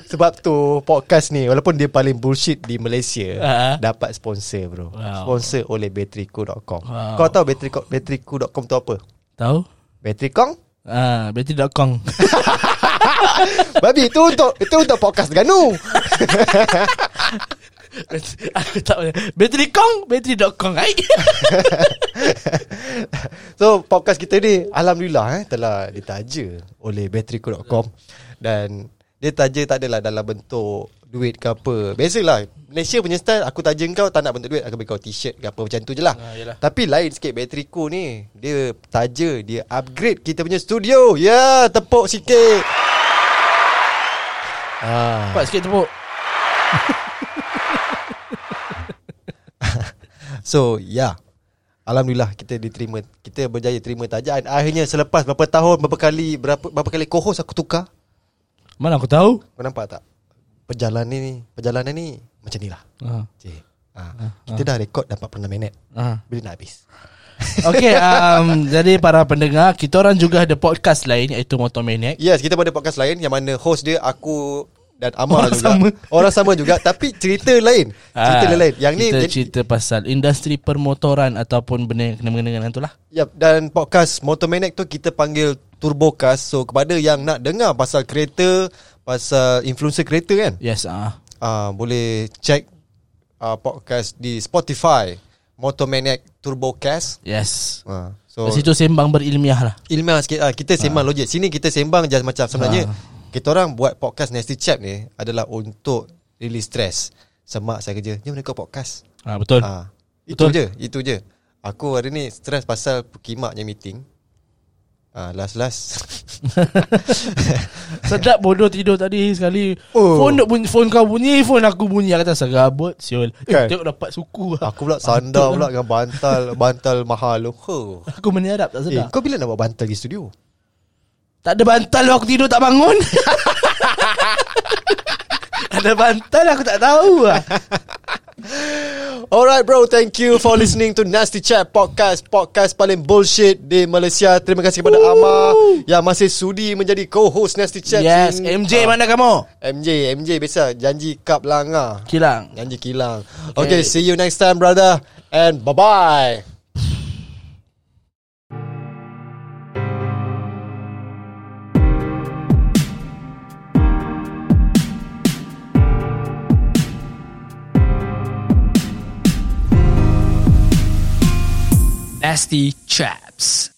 Speaker 3: Sebab tu Podcast ni Walaupun dia paling bullshit Di Malaysia
Speaker 4: Ah.
Speaker 3: Dapat sponsor bro
Speaker 4: Wow.
Speaker 3: Sponsor oleh Batteriku.com
Speaker 4: Wow.
Speaker 3: Kau tahu Batteriku- Batteriku.com tu apa?
Speaker 4: Tahu
Speaker 3: Bateri Kong
Speaker 4: Ah, Betty.com
Speaker 3: Babi itu untuk Itu untuk podcast Ganu
Speaker 4: Aku tak boleh Bateri Kong Bateri.com Hai
Speaker 3: So podcast kita ni Alhamdulillah eh, Telah ditaja Oleh Batteriku.com Dan Dia taja tak adalah Dalam bentuk Duit ke apa Biasalah Malaysia punya style Aku taja kau Tak nak bentuk duit Aku bagi kau t-shirt ke apa Macam tu je lah Tapi lain sikit Batteriku ni Dia taja Dia upgrade Kita punya studio Ya yeah, Tepuk sikit ah.
Speaker 4: Cepat sikit tepuk
Speaker 3: So yeah Alhamdulillah kita diterima Kita berjaya terima tajaan Akhirnya selepas berapa tahun Berapa kali Berapa berapa kali co-host aku tukar
Speaker 4: Mana aku tahu
Speaker 3: Kau nampak tak Perjalanan ni Perjalanan ni Macam ni lah
Speaker 4: ah.
Speaker 3: Cik. Ha. Kita dah rekod dah 46 minit
Speaker 4: Ah.
Speaker 3: Bila nak habis
Speaker 4: Okay um, Jadi para pendengar Kita orang juga ada podcast lain Iaitu Motomaniac
Speaker 3: Yes kita ada podcast lain Yang mana host dia Aku Dan Amar
Speaker 4: Orang
Speaker 3: juga
Speaker 4: sama.
Speaker 3: Orang sama juga Tapi cerita lain Cerita
Speaker 4: Ah,
Speaker 3: lain Yang ni
Speaker 4: kita
Speaker 3: jadi-
Speaker 4: cerita pasal industri permotoran ataupun benda yang kena-mengena dengan tu lah.
Speaker 3: Yap, dan podcast Motormaniac tu kita panggil Turbocast. So kepada yang nak dengar pasal kereta, pasal influencer kereta kan,
Speaker 4: Yes ah.
Speaker 3: uh, boleh check uh, podcast di Spotify Motormaniac Turbocast.
Speaker 4: Yes.
Speaker 3: Uh, so
Speaker 4: Kat situ sembang berilmiah lah.
Speaker 3: ilmiah sikit uh, kita sembang
Speaker 4: Ah.
Speaker 3: uh. logik. Sini kita sembang just macam sebenarnya kita orang buat podcast Nasty Chat ni adalah untuk release stress. Semak saya kerja. Ni mana kau podcast?
Speaker 4: Ah betul. Ah.
Speaker 3: Ah, itu
Speaker 4: Betul.
Speaker 3: je, itu je. Aku hari ni stres pasal Pukimaknya meeting. Ah, last last.
Speaker 4: Sedap bodoh tidur tadi sekali.
Speaker 3: Oh.
Speaker 4: Oh. Phone duk bunyi, phone kau bunyi, phone aku bunyi. Aku kata serabut siul. Eh,
Speaker 3: Kan?
Speaker 4: tengok dapat suku lah.
Speaker 3: aku pula sandar pula dengan bantal, bantal mahal. Oh.
Speaker 4: Aku menyerap tak
Speaker 3: Eh,
Speaker 4: sedap.
Speaker 3: kau bila nak buat bantal di studio?
Speaker 4: Tak ada bantal aku tidur tak bangun. ada bantal aku tak tahu lah.
Speaker 3: Alright bro, thank you for listening to Nasty Chat Podcast Podcast paling bullshit di Malaysia Terima kasih kepada Amar Yang masih sudi menjadi co-host Nasty Chat
Speaker 4: Yes,
Speaker 3: Ini-
Speaker 4: MJ
Speaker 3: Ah,
Speaker 4: mana kamu?
Speaker 3: MJ, MJ biasa janji kap langa
Speaker 4: Kilang.
Speaker 3: Janji kilang okay. okay, see you next time brother And bye-bye
Speaker 5: Nasty Chaps.